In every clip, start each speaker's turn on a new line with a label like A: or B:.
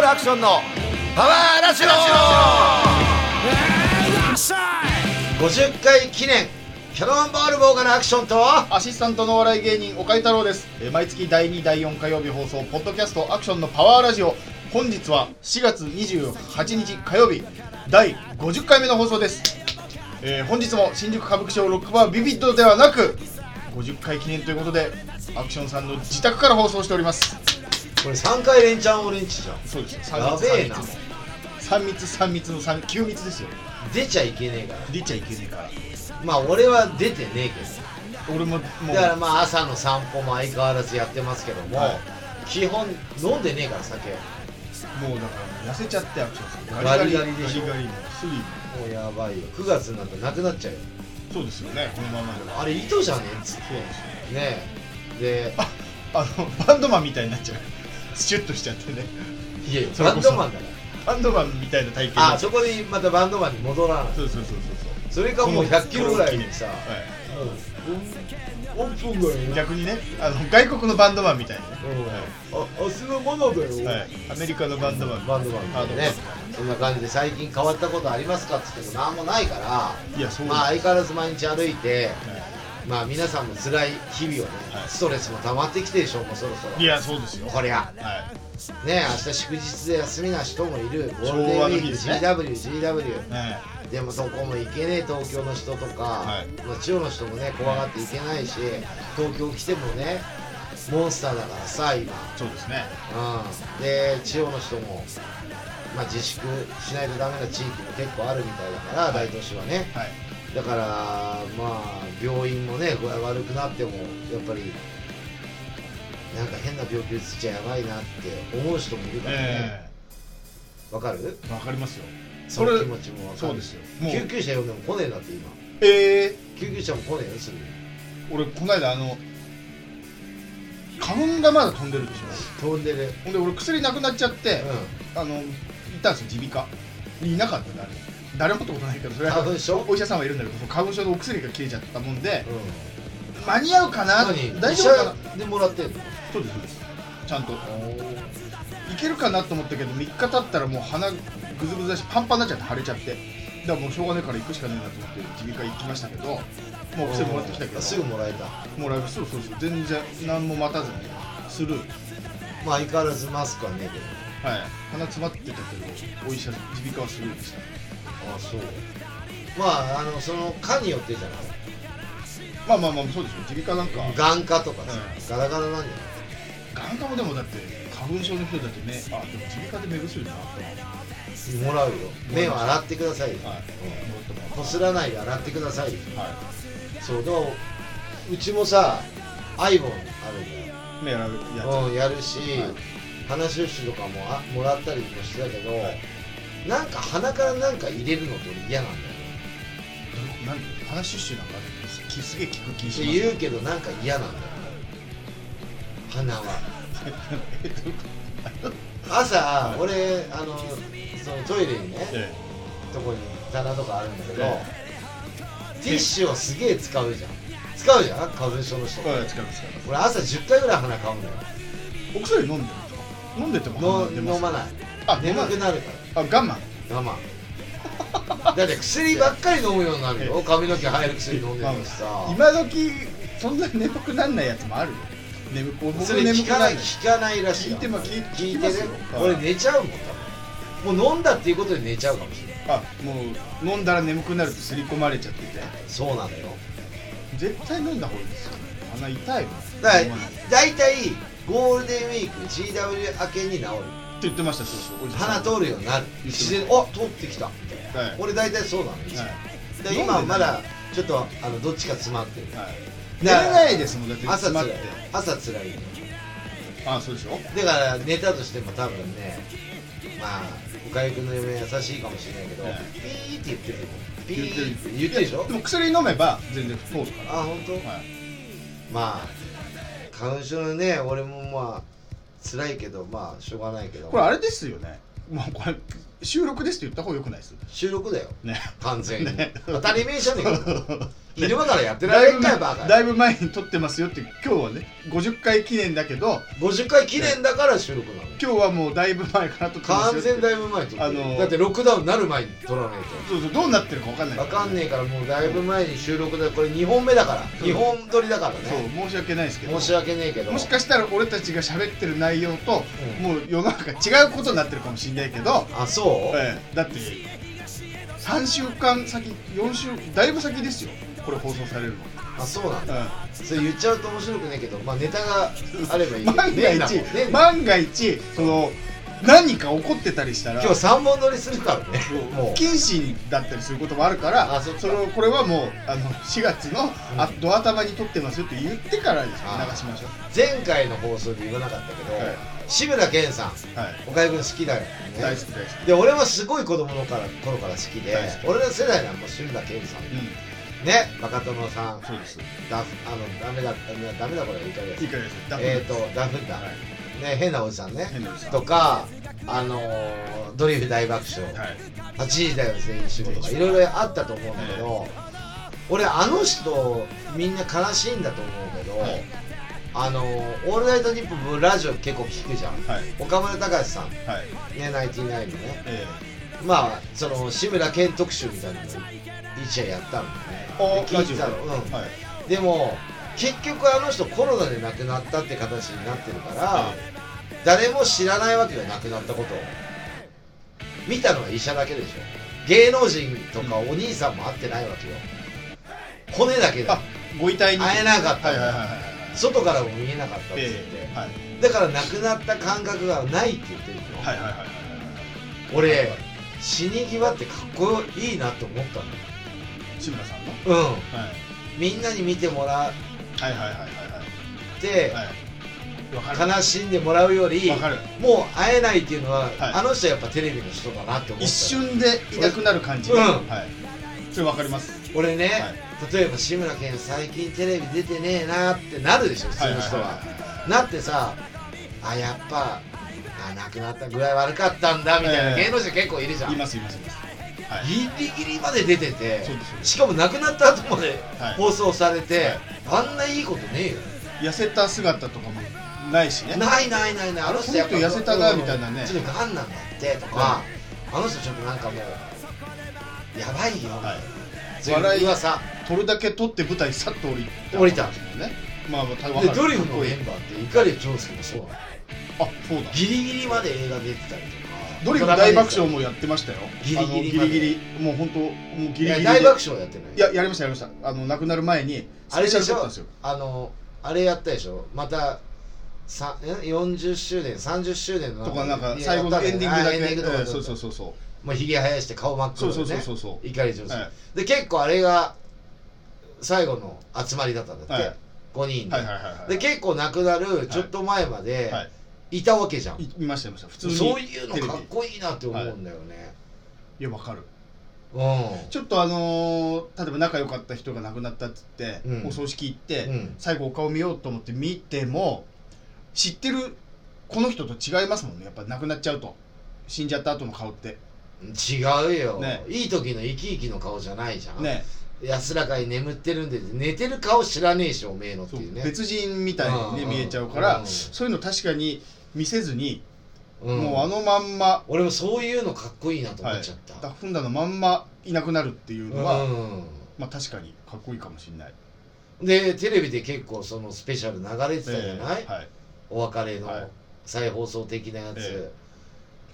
A: ルアクションのパワーラジオ50回記念キャノンボールボーガのアクションと
B: アシスタントのお笑い芸人岡井太郎ですえー毎月第2第4火曜日放送ポッドキャストアクションのパワーラジオ本日は4月28日火曜日第50回目の放送です、えー本日も新宿歌舞伎町ロックバービビッドではなく50回記念ということでアクションさんの自宅から放送しております
A: これ3回連チャンオレンジじゃん
B: そうです
A: やべえな
B: 3密3密の3九密ですよ
A: 出ちゃいけねえか
B: 出ちゃいけねえから
A: らまあ俺は出てねえけ
B: 俺もも
A: どだ
B: う
A: からまあ朝の散歩も相変わらずやってますけども、
B: はい
A: 基本飲んでねえから酒も
B: もうだから痩せちゃってアクションさん
A: ガリガリでしょ
B: ガリガリもうすぐ
A: うやばいよ9月なんかなくなっちゃうよ
B: そうですよねこのままでは
A: あれ糸じゃねえっつっ
B: そうですよ
A: てねで
B: ああのバンドマンみたいになっちゃうシュッとしちゃってね
A: いやいや
B: それ
A: バ
B: こ
A: ン
B: そ
A: ドマンだか
B: バンドマンみたいな体型
A: らあ
B: そ
A: そこでまたバンドマンに戻らない
B: そうそうそうそう
A: それ
B: そ
A: かもう1 0 0キロぐらいにさ
B: は
A: オープンぐらい
B: い
A: に
B: 逆にねあの外国のバンドマンみたいなね
A: うんあ明日のものだよ、
B: はい、はい、アメリカのバンドマン
A: バンドマンみたいなねそんな感じで最近変わったことありますかっつっても何もないから
B: いやそうです
A: まあ相変わらず毎日歩いて
B: は
A: まあ皆さんも辛い日々をね、
B: はい
A: ストレスも溜まってきてるでしょうもうそろそろ
B: いいやそうですよ
A: こりゃ
B: は
A: ね明日祝日で休みな人もいるゴールデンウ
B: 昭和
A: ィ
B: の
A: ーク
B: 日ですね
A: GWGW、
B: いはい
A: でもそこも行けねえ東京の人とか、
B: はい
A: まあ、千代の人もね怖がって行けないし東京来てもねモンスターだからさ今、
B: そうですね
A: うん、で千代の人も、まあ、自粛しないとダメな地域も結構あるみたいだから、大都市はね
B: はい
A: だからまあ病院もね具合悪くなってもやっぱりなんか変な病気うつっちゃやばいなって思う人もいるからね
B: え
A: わ、かる
B: えわかりますよ
A: その気持ちもわかる
B: そうですよもう
A: 救急車呼んでも来ねえんだって今
B: ええ
A: 救急車も来ねえよすぐに
B: 俺この間あの花粉がまだ飛んでるでしょ
A: 飛んでる、
B: ほんで俺薬なくなっちゃって、
A: う
B: あの行ったんですよ耳鼻科いなかった誰も誰もってことないけどそれ
A: 花粉症
B: お医者さんはいるんだけど花粉症のお薬が切れちゃったもんで
A: んうん、
B: 間に合うかな
A: 何
B: 大丈夫かな
A: 医者でもらってんの
B: そうですそうですちゃんといけるかなと思ったけど3日経ったらもう鼻グズグズだしパンパンになっちゃって腫れちゃってだからもうしょうがないから行くしかないなと思って耳鼻科行きましたけどもうお薬もらってきたけど
A: すぐもらえた
B: もらえるそうそうそう全然何も待たずにスルー
A: まあ相変わらずマスクはねえけど
B: はい鼻詰まってたけどお医者耳鼻科はスルーでした
A: ああそうまああのその科によってじゃない
B: まあまあまあそうでしょ耳鼻科なんか
A: 眼科とかさ、
B: う
A: ガラガラなんじ
B: 眼科もでもだって花粉症の人だとねあでも耳鼻科で目薬もらって
A: ゃないもらうよ目を洗ってくださいよ、
B: はいもらってもら
A: う
B: っ
A: ん
B: て
A: こすらないで洗ってくださいよ
B: は
A: そうでもうちもさアイボンあ
B: い目洗う
A: る
B: や
A: ん
B: つ
A: だよ、うん、やるし、
B: はい
A: 鼻シュッシュとかもあもらったりもしてたけど、なんか鼻からなんか入れるのと嫌なんだよね
B: なん鼻シュッシュなんかすすげえ効く気
A: っ
B: してます
A: 言うけどなんか嫌なんだよ鼻 は朝、俺あのそのトイレにね
B: え
A: とこに棚とかあるんだけど、
B: え
A: ティッシュをすげえ使うじゃん使うじゃん花粉症の人、
B: えはい使います使います
A: 俺朝10回ぐらい鼻かむのよ
B: お薬飲んでるんですか飲んでても
A: の
B: 鼻出ます
A: 飲まない
B: あ飲
A: 眠
B: まな
A: く
B: い
A: なるか
B: あ我慢
A: ら我 慢だって薬ばっかり飲むようになるよ髪の毛生える薬飲んでるしさ
B: 今時そんな眠くなんないやつもあるよ眠く僕
A: それ
B: 眠
A: 聞
B: く
A: か
B: な
A: ないい聞かないらしいよ
B: 聞いても聞い
A: 聞い
B: 聞き
A: て
B: ま
A: ね
B: すよはい
A: 俺寝ちゃうもん多分もう飲んだっていうことで寝ちゃうかもしれない
B: あもう飲んだら眠くなるってすり込まれちゃってて
A: そうなのよ
B: 絶対飲んだ方がいいですよ鼻痛いもん
A: だから
B: 飲まないって
A: 大体ゴールデンウィーク GW 明けに治る
B: 言ってましたそうそうおじさん
A: 鼻通るようになる
B: 言ってま
A: 自
B: す
A: 然あ通ってきた
B: はい
A: 俺大体そうなのよ
B: は
A: で
B: い
A: 今はまだ
B: はい
A: ちょっとあのどっちか詰まってる
B: 寝れないですもんだって
A: 朝
B: 詰
A: つ
B: ま
A: ら
B: っ
A: い
B: て
A: 朝つらいよ
B: あそうでしょ
A: だから寝たとしても多分ねまあ岡井君の嫁優しいかもしれないけど
B: はい
A: ピーって言ってるよピ
B: 言ってる
A: ーって言ってるでしょ
B: でも薬飲めば全然通るか
A: あ本当、
B: らはい
A: まあ花粉症のね俺もまあ辛いけどまあしょうがないけど
B: これあれですよねもうこれ収録ですって言った方がよくないです
A: 収録だよ
B: ね
A: 完全に、
B: ね
A: 当たり前じゃねえか昼間からやってら
B: だ
A: れ
B: い
A: ん
B: ぶ
A: か
B: 前
A: いバカ
B: だいぶ前に撮ってますよって今日はね50回記念だけど
A: 50回記念だから収録なのよ
B: 今日はもうだいぶ前から撮ってます
A: 完
B: よって
A: 全だいぶ前に撮ってる、
B: あのー
A: だってロックダウンになる前に撮らない
B: そうそうどうなってるかわかんな
A: と
B: い
A: わかん
B: い
A: ねえからもうだいぶ前に収録だこれ2本目だから
B: そう
A: 2本撮りだから
B: そ
A: ね
B: う申し訳ないですけど
A: 申し訳ねえけど
B: もしかしたら俺たちが喋ってる内容と、
A: うん
B: もう世の中違うことになってるかもしれないけど、
A: あそう、
B: ええだって3週間先4週だいぶ先ですよこれ放送されるの、
A: あそうなんだ
B: う
A: それ言っちゃうと面白くねえけどまあネタがあればいい
B: ん、
A: けど
B: 万
A: ねえな
B: が一、
A: ねえな
B: 万が一その何か起こってたりしたら
A: 今日3本撮りするからねも
B: 不謹慎だったりすることもあるから
A: あそっか
B: れをこれはもうあの4月の、
A: うん
B: あドア頭に撮ってますよって言ってからですよ
A: あー
B: 流しましょう
A: う前回の放送で言わなかったけど、
B: はい
A: 志村けんさん
B: はい、
A: 岡井君好きだよ、ね、
B: 大好き大好き
A: で俺はすごい子供のから頃から好きで
B: 大好き
A: 俺の世代はもう志村けんさん
B: うん
A: ね若殿さん
B: そうですい
A: ダフあのダメだダメだこれ言い方です
B: いからですダブル
A: えっ、とダフンだ、
B: はい
A: ね変なおじさんね
B: 変なおじさん
A: とかあのードリフ大爆笑、
B: はい
A: 8時だよ全員仕事とかいろいろあったと思うんだけど、俺あの人みんな悲しいんだと思うけど、
B: はい
A: あのーオールナイトニッポン」ラジオ結構聞くじゃん
B: はい
A: 岡村隆史さん
B: はい
A: ねナインティナインのね
B: え
A: まあその志村けん特集みたいなのを一夜やったん
B: え
A: だよねで聞いてたの、うん
B: はい
A: でも結局あの人コロナで亡くなったって形になってるから、誰も知らないわけがなくなったことを見たのは医者だけでしょ芸能人とかお兄さんも会ってないわけよ骨だけだ
B: あご遺体に
A: 会えなかった
B: はいはいはいはい
A: 外からも見えなかったっつって、
B: ええはい
A: だから亡くなった感覚がないって言ってるの、
B: はいはいはいはい
A: 俺死に際ってかっこいいなって思った
B: 志村さんの
A: のうん
B: はい
A: みんなに見てもらっ
B: はいはいはいはい
A: て、
B: はいはいわかる
A: 悲しんでもらうより
B: わかる
A: もう会えないっていうのは、
B: はい
A: あの人はやっぱテレビの人だなって思った
B: 一瞬でいなくなる感じ
A: うん
B: はいそれわかります
A: 俺ね、
B: は
A: 例えば志村けん最近テレビ出てねえなってなるでしょ普通の人は,、
B: いいい
A: なってさあやっぱあ亡くなったぐらい悪かったんだみたいな、
B: ええ
A: 芸能人結構いるじゃん
B: いますいますいますはい
A: ギリギリまで出てて
B: そうですそうです
A: しかも亡くなった後まで
B: はい
A: 放送されて、あんないいことねえよ
B: 痩せた姿とかもないしね
A: ないないないないあの人やっぱ
B: この人痩せたなみたいなね
A: ちょっとガンなんだってとか、あの人ちょっとなんかもうやばいよ、
B: はい
A: そういう噂
B: 取るだけ取って舞台さっと降り
A: 降りた
B: んですよねまあまあたわか
A: で
B: る
A: ドリフのメンバーって碇丈介もそうなの
B: あそうだ
A: ギリギリまで映画出てたりとか
B: ドリフ大爆笑もやってましたよ
A: ギリギリま
B: あの
A: で
B: ギリギリもう本当もう
A: い
B: ギリギリで
A: や大爆笑やってない
B: いややりましたやりましたあの亡くなる前に
A: あれで
B: スペ
A: し
B: シャル
A: ょ
B: だったんですよ
A: あのあれやったでしょまたさん40周年30周年の
B: とかなんか
A: いや
B: 最後のエンディングだけ
A: あエンディングとか
B: ええそうそうそうそう
A: もうひげ生やして顔真っ
B: そ
A: 黒
B: うそう
A: で
B: そう
A: ね
B: そうそう
A: 怒り上手
B: は
A: で結構あれが最後の集まりだったんだっ
B: は
A: て
B: い
A: 5人
B: いはい
A: で
B: はいはいはい
A: で結構亡くなるちょっと前まで
B: はい
A: いたわけじゃん
B: い見ました見ました普通に
A: そういう
B: テ
A: の
B: レビ
A: かっこいいなって思うんだよね
B: いやわかる
A: う
B: ちょっとあのー例えば仲良かった人が亡くなったっつって、
A: うん
B: お葬式行って、
A: んうん
B: 最後お顔見ようと思って見ても知ってるこの人と違いますもんねやっぱ亡くなっちゃうと死んじゃった後の顔って
A: 違うよ、
B: ね
A: いい時の生き生きの顔じゃないじゃん、
B: ね
A: 安らかに眠ってるんで寝てる顔知らねえしおめえのって
B: そう
A: いうね
B: 別人みたいに、ね、
A: うんうん
B: 見えちゃうから、
A: うん
B: そういうの確かに見せずに、
A: うん
B: もうあのまんま
A: 俺もそういうのかっこいいなと思っちゃった、
B: ダフンダのまんまいなくなるっていうのは、まあ確かにかっこいいかもしれない
A: うん、でテレビで結構そのスペシャル流れてたじゃない、
B: えーはい、
A: お別れの
B: はい
A: 再放送的なやつ、
B: え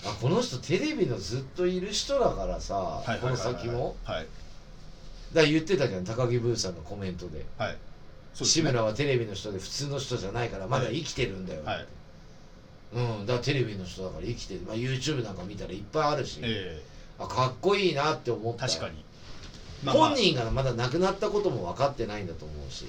A: あこの人テレビのずっといる人だからさ、
B: はいはい
A: こ
B: はい
A: の
B: はい
A: 先も
B: はい
A: だから言ってたじゃん高木ブーさんのコメントで
B: はいそうです
A: 志
B: ね
A: 村はテレビの人で普通の人じゃないからまだ生きてるんだよ、
B: はい
A: うん、だからテレビの人だから生きてる、まあ、YouTube なんか見たらいっぱいあるし、
B: え
A: あかっこいいなって思っ
B: ー
A: た
B: 確かに、
A: 本人がまだ亡くなったことも分かってないんだと思うし、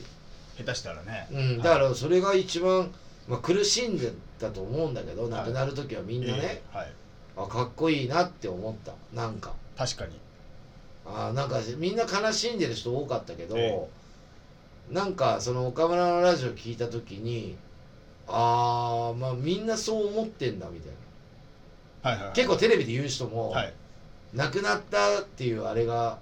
B: 下手したらね、
A: うん、だからそれが一番、まあ、苦しんでたと思うんだけど亡くなる時はみんなね、
B: えーはい、
A: あかっこいいなって思ったなんか
B: 確かに
A: あなんかみんな悲しんでる人多かったけど、
B: え
A: なんかその岡村のラジオ聞いた時にああまあみんなそう思ってんだみたいな
B: はいはい
A: 結構テレビで言う人も、
B: はい
A: 亡くなったっていうあれが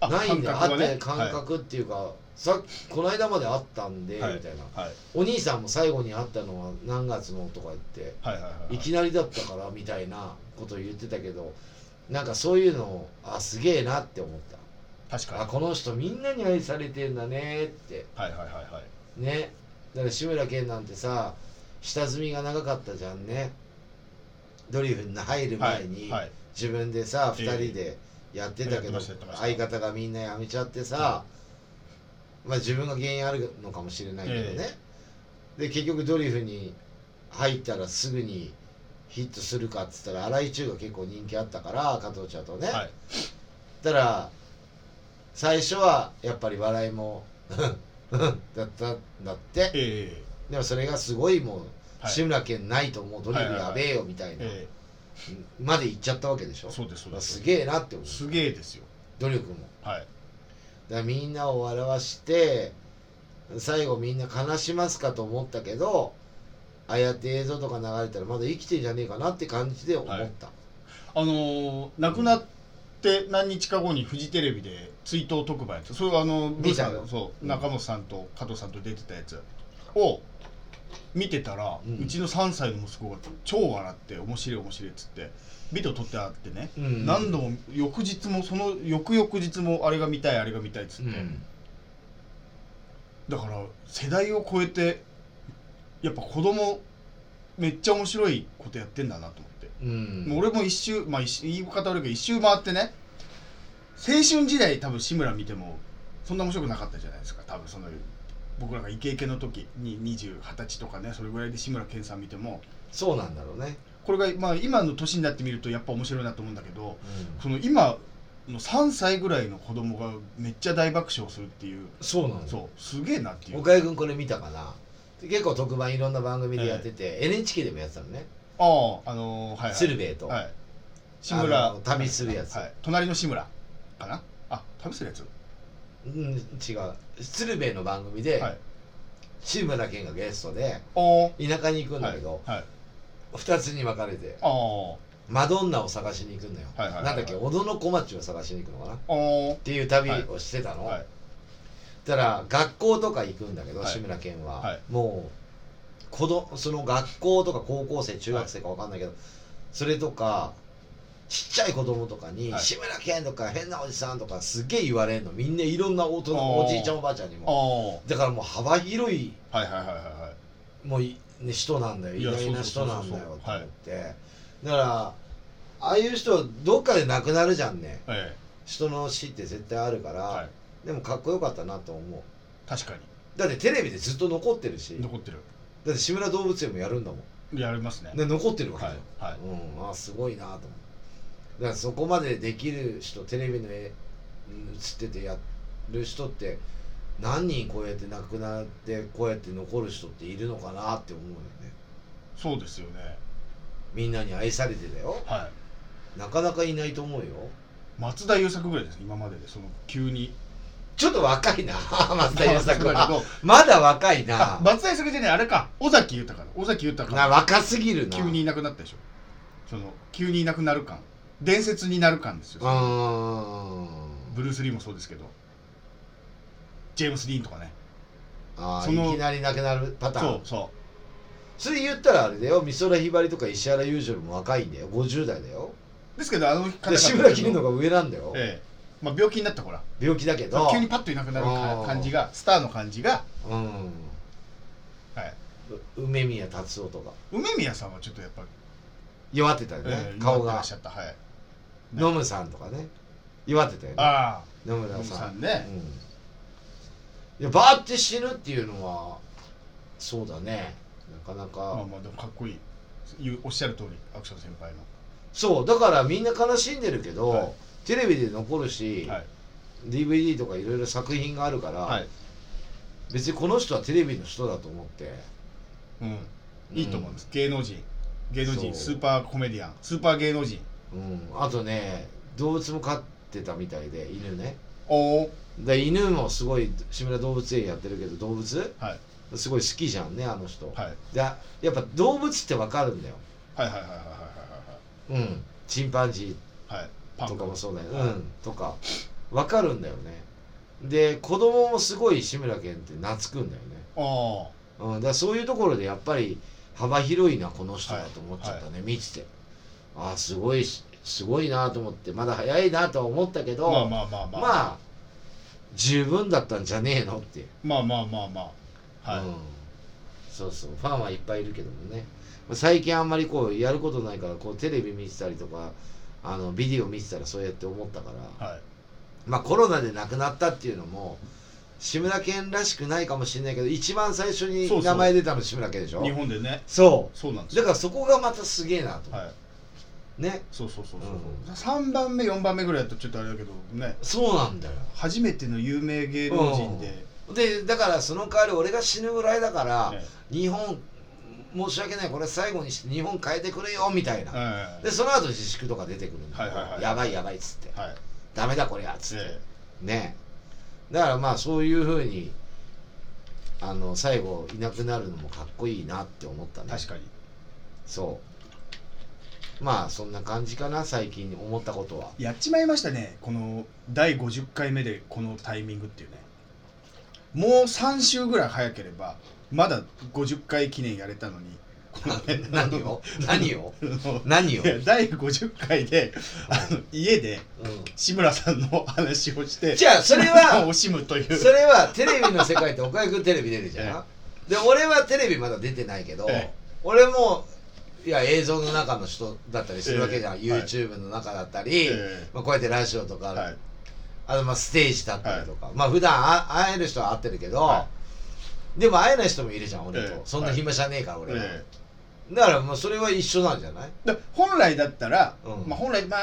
A: ないんだあ
B: 感覚が
A: って感覚っていうか、さこの間まであったんで、
B: はい
A: みたいな
B: はい
A: お兄さんも最後に会ったのは何月のとか言って
B: はいはいはいはい
A: いきなりだったからみたいなことを言ってたけどなんかそういうのをあすげえなって思った、
B: 確か
A: あこの人みんなに愛されてんだねって
B: にはいはいはいはい
A: ねだから志村けんなんてさ下積みが長かったじゃんねドリフに入る前に、
B: はいはい
A: 自分でさ
B: ええ
A: 2人でやってたけ
B: やって
A: ど
B: ましたやってました
A: 相方がみんな辞めちゃってさ、まあ自分が原因あるのかもしれないけどね、で結局ドリフに入ったらすぐにヒットするかっつったら荒井中が結構人気あったから加藤茶とね、
B: はい
A: だから最初はやっぱり笑いも だったんだって
B: ええ
A: でもそれがすごいもう
B: はい
A: 志村けんないともうドリフやべえよみたいな
B: え
A: まで行っちゃったわけでし
B: え
A: ょ
B: そうですそうですす
A: げえなって思う
B: すげえですよ
A: 努力も
B: はい
A: だからみんなを笑わして最後みんな悲しますかと思ったけどああやって映像とか流れたらまだ生きてんじゃねえかなって感じで思った、
B: あのー亡くなって何日か後にフジテレビで追悼特番やつそれはあのブーさ
A: 見
B: ん
A: たよ
B: のそ
A: う
B: う
A: ん
B: 中本さんと加藤さんと出てたやつを見てたら、
A: う
B: うんちの3歳の息子が超笑って面白い面白いっつってビデオ撮ってあってね、
A: うん
B: 何度も翌日もその翌々日もあれが見たいあれが見たいっつ
A: う
B: って、
A: ん
B: だから世代を超えてやっぱ子供めっちゃ面白いことやってんだなと思って
A: うん
B: もう俺も一周、まあ、一周言い方悪いけど一周回ってね青春時代多分志村見てもそんな面白くなかったじゃないですか多分その僕らがイケイケの時に2020歳とかねそれぐらいで志村けんさん見ても
A: そうなんだろうね、
B: これが、まあ、今の年になってみるとやっぱ面白いなと思うんだけど
A: うん
B: その今の3歳ぐらいの子供がめっちゃ大爆笑するっていう
A: そうなんだ
B: そうすげえなっていう
A: 岡井君これ見たかな結構特番いろんな番組でやってて、NHK でもやってたのね、
B: あああのーはいはい
A: 鶴瓶と、
B: はい志
A: あ
B: 村
A: の旅するやつ
B: はい、隣の志村かなあ旅するやつ
A: うん違う鶴瓶の番組で、
B: はい
A: 志村けんがゲストで
B: おー
A: 田舎に行くんだけど、
B: はい、はい、
A: 二つに分かれて
B: あー
A: マドンナを探しに行くんだよ、
B: はいはいはいはい
A: なんだっけ小野小町を探しに行くのかなっ
B: あー
A: ていう旅をしてたの、
B: はい
A: たら学校とか行くんだけど、
B: はい
A: 志村けんは、
B: はい
A: もう子どその学校とか高校生中学生か分かんないけど、それとかちっちゃい子供とかに「
B: はい
A: 志村けん」とか「変なおじさん」とかすげえ言われんのみんないろんな大人
B: おー
A: おじいちゃんおばあちゃんに
B: あー
A: も
B: はい
A: だからもう幅広い
B: はいはいはいはい
A: もうい、ね、人なんだよ
B: い
A: 意
B: や
A: 外な
B: そ
A: 人
B: う
A: な
B: そうそうんそう
A: だよと思って、だからああいう人どっかで亡くなるじゃんね
B: え
A: 人の死って絶対あるから、
B: えはい
A: でもかっこよかったなと思う
B: 確か
A: だってテレビでずっと残ってるし
B: に残ってる
A: だって志村動物園もやるんだもん
B: やりますね
A: で残ってるわけ
B: は
A: じ
B: い
A: ゃん、
B: はい
A: うんああすごいなと思うだからそこまでできる人テレビの絵うん映っててやる人って何人こうやって亡くなってこうやって残る人っているのかなって思うよね
B: そうですよね
A: みんなに愛されてだよ
B: はい
A: なかなかいないと思うよ
B: 松田優作ぐらいですね今まででその急に
A: ちょっと若 いな 松田優作
B: 松だけ
A: は
B: ど
A: まだ若いな
B: あ 松田優作じゃねえあれか尾崎豊だ尾崎豊
A: な若すぎるな
B: 急にいなくなったでしょその急にいなくなる感伝説になる感です
A: う
B: よ
A: ーん
B: ブルース・リーもそうですけどジェームス・リーンとかね
A: あ
B: そ
A: ー
B: の
A: いきなりなくなるパター
B: そ
A: ン
B: うそ
A: それ言ったらあれだよ美空ひばりとか石原裕次郎も若いんだよ50代だよ
B: うですけどあの
A: で志村けんの方が上なんだよ、
B: ええまあ病気になったほら
A: 病気だけど
B: 急にパッといなくなる
A: あー
B: か感じがスターの感じが、
A: うん
B: はい、
A: う梅宮達夫とか
B: 梅宮さんはちょっとやっぱ、
A: 弱ってたよね、
B: ええ
A: 顔
B: 弱ってら
A: が
B: っしゃったはいね
A: ノムさんとかね弱ってたよね
B: あ
A: 野
B: あ
A: 村
B: 梅
A: さ
B: さ
A: ん
B: んね、
A: うん、いやバーって死ぬっていうのはそうだねなかなか、
B: まあまあでもかっこいい言うおっしゃる通りアクション先輩の、
A: そうだからみんな悲しんでるけど、
B: はい
A: テレビで残るし、
B: はい
A: DVD とかいろいろ作品があるから、
B: はい
A: 別にこの人はテレビの人だと思って
B: うん、いいと思うんです、芸能人芸能人
A: そ
B: ス
A: う
B: ーパーコメディアンスーパー芸能人
A: うん、あとね動物も飼ってたみたいで犬ね
B: おお
A: で犬もすごい志村動物園やってるけど動物
B: はい
A: すごい好きじゃんねあの人、
B: はい
A: でやっぱ動物ってわかるんだよ
B: はいはいはいはいはいはい
A: うん、チンパンジ
B: はいパ
A: ー
B: ン
A: と
B: ク
A: かもそうだよ、うん、とかわかるんだよねで子供もすごい志村けんって懐くんだよね、
B: あ
A: うん、だからそういうところでやっぱり幅広いなこの人だと思っちゃったね、見ててああすごいしすごいなと思ってまだ早いなとは思ったけ
B: あ
A: ど、
B: まあまあまあまあ
A: まあ十分だったんじゃねえのって、
B: まあまあまあまあはい、
A: うん、そうそうファンはいっぱいいるけどもね最近あんまりこうやることないからこうテレビ見てたりとかあのビデオ見てたらそうやって思ったから、
B: はい
A: まあコロナで亡くなったっていうのも志村けんらしくないかもしれないけど一番最初に
B: そうそう
A: 名前出たの志村けんでしょ
B: 日本でね
A: そ
B: そうなんで
A: う
B: すよ
A: だからそこがまたすげえなと、
B: はい
A: ね
B: そうそうそう
A: う
B: そう、3番目4番目ぐらいだとちょっとあれだけどね
A: そうなんだよ
B: 初めての有名芸能人で、
A: でだからその代わり俺が死ぬぐらいだから、
B: ね
A: 日本申し訳ないこれ最後にして日本変えてくれよみたいな、
B: はい
A: でその後自粛とか出てくるんだよ、
B: はいはいはい
A: やばいやばいっつって
B: はい
A: ダメだこりゃっつって、
B: え
A: ねだからまあそういうふうにあの最後いなくなるのもかっこいいなって思った
B: え
A: ね
B: 確かに
A: そうまあそんな感じかな最近思ったこと は
B: やっちまいましたねこの第50回目でこのタイミングっていうねもう3週ぐらい早ければまだ50回記念やれたのにこのね
A: 何を何を
B: あの
A: 何を
B: いや第50回であの家で
A: う
B: 志村さんの話をして
A: んじゃあそれは
B: 惜しむという
A: それはテレビの世界って岡井君テレビ出るじゃん、
B: え
A: で俺はテレビまだ出てないけど、
B: ええ
A: 俺もいや映像の中の人だったりするわけじゃん、
B: ええはい
A: YouTube の中だったり、
B: え
A: まあ、こうやってラジオとか、
B: えはい
A: あのまあステージだったりとか、まあ普段あ会える人は会ってるけど、
B: は
A: でも会えない人もいるじゃん俺と、
B: ええ
A: そんな暇じゃねえから俺は、
B: え
A: だからまあそれは一緒なんじゃない
B: えだ本来だったら、
A: うん
B: まあ、本来まあ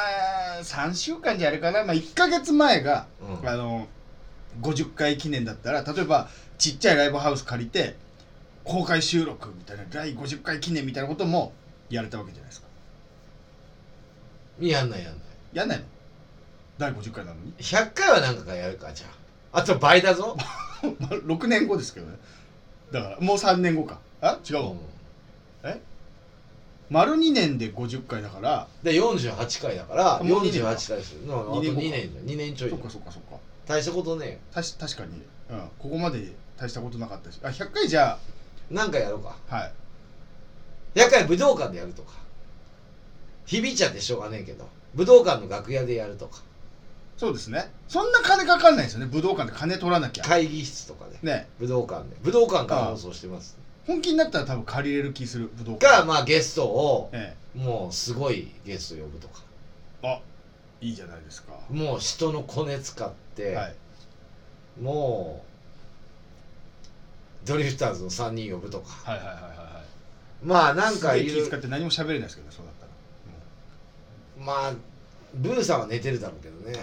B: 3週間じゃあれかな、まあ、1か月前が
A: うん
B: あの50回記念だったら例えばちっちゃいライブハウス借りて公開収録みたいな第50回記念みたいなこともやれたわけじゃないですか
A: やんないやんない
B: やんないの第50回なのに
A: 100回は何かやるかじゃああと倍だぞ
B: まあ6年後ですけどねだからもう3年後かあ違うわ、丸2年で50回だから
A: で48回だから
B: もう二年
A: 48回ですよあと
B: 二年後
A: 2
B: か
A: 年じゃん2年ちょいじゃ
B: そっ
A: ん
B: かそっかそっか
A: 大したことね
B: たし確かに、うん、ここまで大したことなかったしあ100回じゃ
A: えよなんかやろうか
B: あはい
A: 100回武道館でやるとか響いちゃってしょうがねえけど武道館の楽屋でやるとか
B: そうですねそんな金かかんないですよね武道館で金取らなきゃ
A: 会議室とかで
B: ね
A: 武道館で武道館から放送してます
B: 本気になったら多分借りれる気する武道館
A: かまあゲストを
B: え
A: もうすごいゲスト呼ぶとか
B: え、あいいじゃないですか、
A: もう人のコネ使って、
B: はい
A: もうドリフターズの3人呼ぶとか
B: はいはいはいはい
A: まあなんか
B: す
A: い
B: げえ気使
A: る
B: って何も喋れないですけどねそうだったら、
A: まあブーさんは寝てるだろうけどね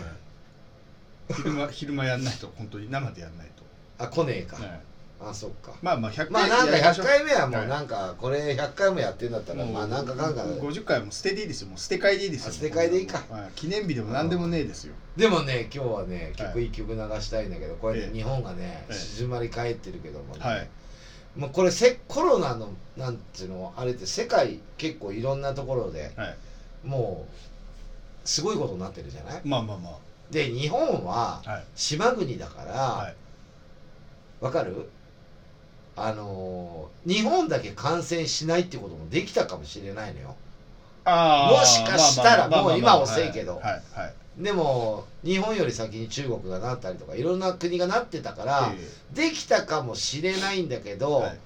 B: 昼間昼間やんないと本当に生でやんないと、
A: あ来ねえか、
B: ね、
A: あそっか
B: まあまあ100回
A: まあなんか
B: やりましょ
A: 100
B: う
A: 回目はも
B: は
A: う
B: い
A: なんかこれ100回もやってんだったら
B: もう
A: まあなんかかんか
B: 50回はもう捨てでいいですよもう捨て会でいいですよ
A: あ捨て会でいいか
B: はい記念日でも何でもねえですよ
A: でもね今日はね
B: は
A: 曲
B: い
A: 一曲流したいんだけどこれ
B: え
A: ね
B: え
A: 日本がね
B: ええ
A: 静まり返ってるけどもね
B: はい
A: もうこれせコロナのなんていうのあれって世界結構いろんなところで
B: はい
A: もうすごいことになってるじゃない
B: まあまあま
A: で日本は
B: あはい
A: 島国だから
B: は
A: わ
B: い、
A: かるあのー日本だけ感染しないってこともできたかもしれないのよ
B: あー
A: もしかしたら
B: まあまあまあ
A: もう今遅いけど
B: はいはい
A: でも日本より先に中国がなったりとかいろんな国がなってたから
B: え
A: できたかもしれないんだけ
B: え
A: ど、
B: はい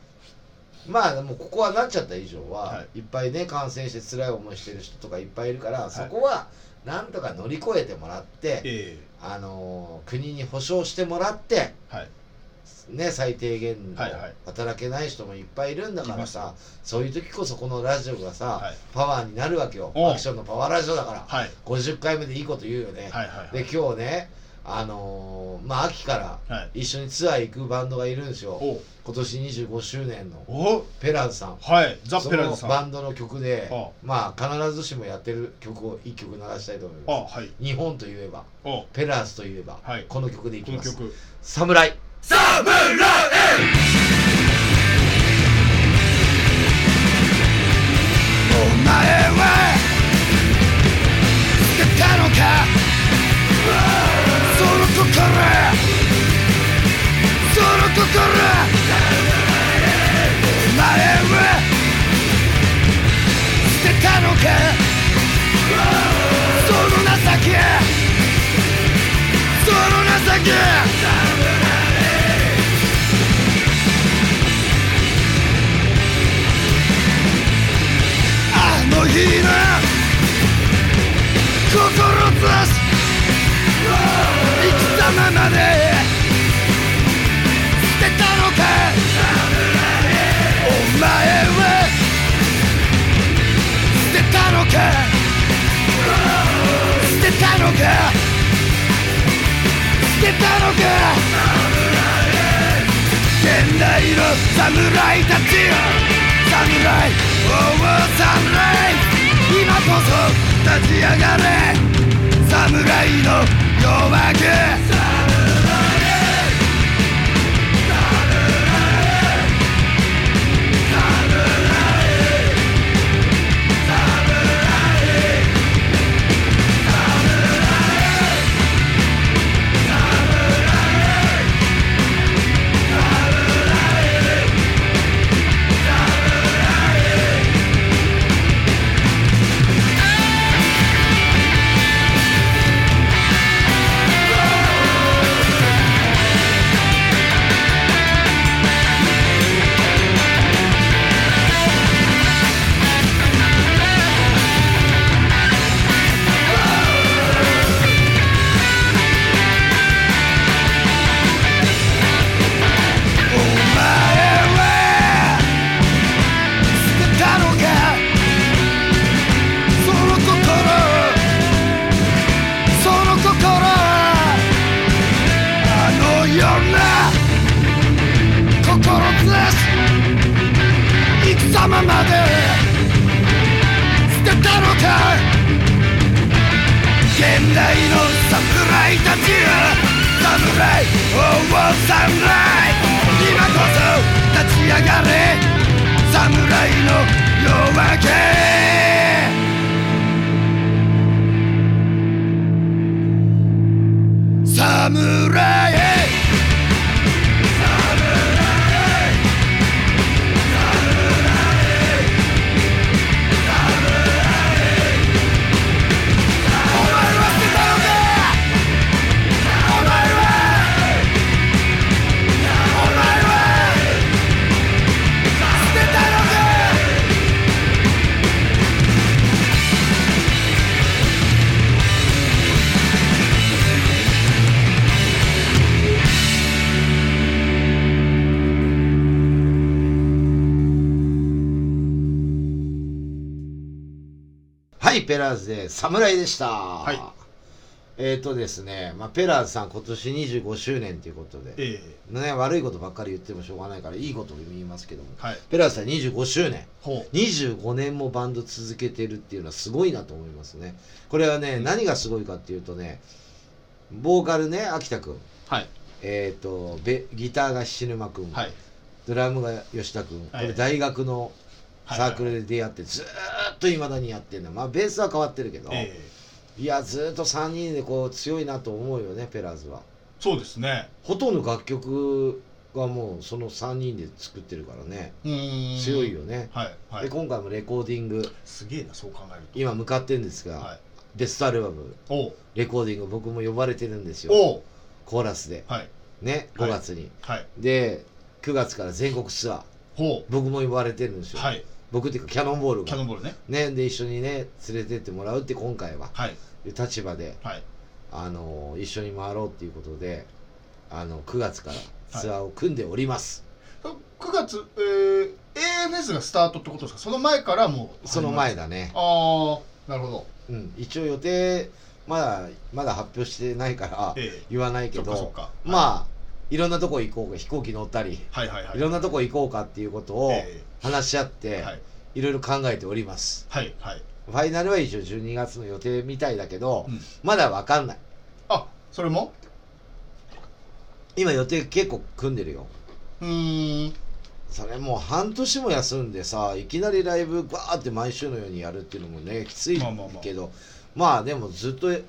A: まあでもここはなっちゃった以上は、、
B: はい
A: っぱいね感染して辛い思いしてる人とかいっぱいいるから、そこはなんとか乗り越えてもらって、
B: え
A: あのー国に保障してもらって、
B: えはい
A: ね、最低限の
B: はいはい
A: 働けない人もいっぱいいるんだからさ、
B: い
A: そういう時こそこのラジオがさ、
B: はい
A: パワーになるわけよ
B: おう
A: アクションのパワーラジオだから、
B: はい
A: 50回目でいいこと言うよね、
B: はいはい
A: で今日ねあのーまあ秋から
B: はい
A: 一緒にツアー行くバンドがいるんですよ
B: お
A: 今年25周年の
B: お
A: ペラーズさん
B: はいザ・ペラー
A: そ
B: ズさ
A: の
B: ん
A: バ
B: あ
A: ンドの曲で
B: あ
A: まあ必ずしもやってる曲を1曲流したいと思います
B: はい
A: 日本といえば
B: お
A: ペラーズといえば、
B: はい
A: この曲でい
B: こ
A: き
B: の
A: ます
B: 曲
A: 「侍」
C: お前は
D: ます生きたままで捨てたのかお前は捨てたのか捨てたのか捨てたのか現代の侍たちよ侍おお侍今こそ立ち上がれ侍の夜明けお前は捨てたのかその心その心あのような志戦ままで捨てたのか現代の侍たちよ侍おお侍今こそ立ち上がれ侍の夜明け侍へお前は捨てたのかお前は捨てたのかお前は捨てたのか
A: はい、ペラーズで侍でした。
E: い
A: えっ、とですね、まあ、ペラーズさん今年25周年ということで、
E: え
A: ね、悪いことばっかり言ってもしょうがないから、いいことを言いますけども、
E: えはい
A: ペラーズさん25周年。
E: ほう
A: 25年もバンド続けてるっていうのはすごいなと思いますね。これはね、何がすごいかっていうとね、ボーカルね、秋田くん。
E: はい
A: えっ、とベ、ギターが菱沼くん。
E: はい
A: ドラムが吉田くん。こ
E: はい
A: れ大学の
E: はい
A: サークルで出会って、ずーっと未だにやってるの。まあ、ベースは変わってるけど、
E: ええ
A: いや、ずーっと3人でこう強いなと思うよね、ペラーズは。
E: そうですね
A: ほとんど楽曲がもうその3人で作ってるからね、
E: うーん
A: 強いよね。
E: はいは
A: で、
E: い
A: 今回もレコーディング、
E: すげえなそう考えると
A: 今向かってるんですが、
E: はい
A: ベストアルバム
E: おう
A: レコーディング僕も呼ばれてるんですよ
E: おう
A: コーラスで
E: はい
A: ね
E: は
A: 5
E: い
A: 月に、
E: はい
A: で9月から全国ツアー
E: ほう
A: 僕も呼ばれてるんですよ、
E: はい
A: 僕っていうかキャノンボール
E: キャノ
A: が
E: ンボールね
A: ねで一緒にね連れてってもらうって今回は
E: はい
A: いう立場で、
E: はい
A: あのー一緒に回ろうっていうことであの9月からツアーを組んでおります、
E: 9月、えー、AFS がスタートってことですかその前からもう
A: その
E: はい
A: 前だね、
E: ああなるほど
A: うん、一応予定まだまだ発表してないから
E: え
A: 言わない
E: え
A: け
E: そっかそっ
A: ど
E: か
A: まあいろんなとこ行こうか飛行機乗ったり
E: はいはいはい
A: いろんなとこ行こうかっていうことを
E: え
A: 話し合っ
E: え
A: て、
E: はい
A: いろいろ考えております。
E: はいはい
A: ファイナルは一応12月の予定みたいだけど、
E: うん
A: まだわかんない。
E: あそれも
A: 今予定結構組んでるよ。
E: うーん
A: それもう半年も休んでさ、いきなりライブバーって毎週のようにやるっていうのもね、きつい
E: まあまあまあ
A: けど、まあでもずっと、い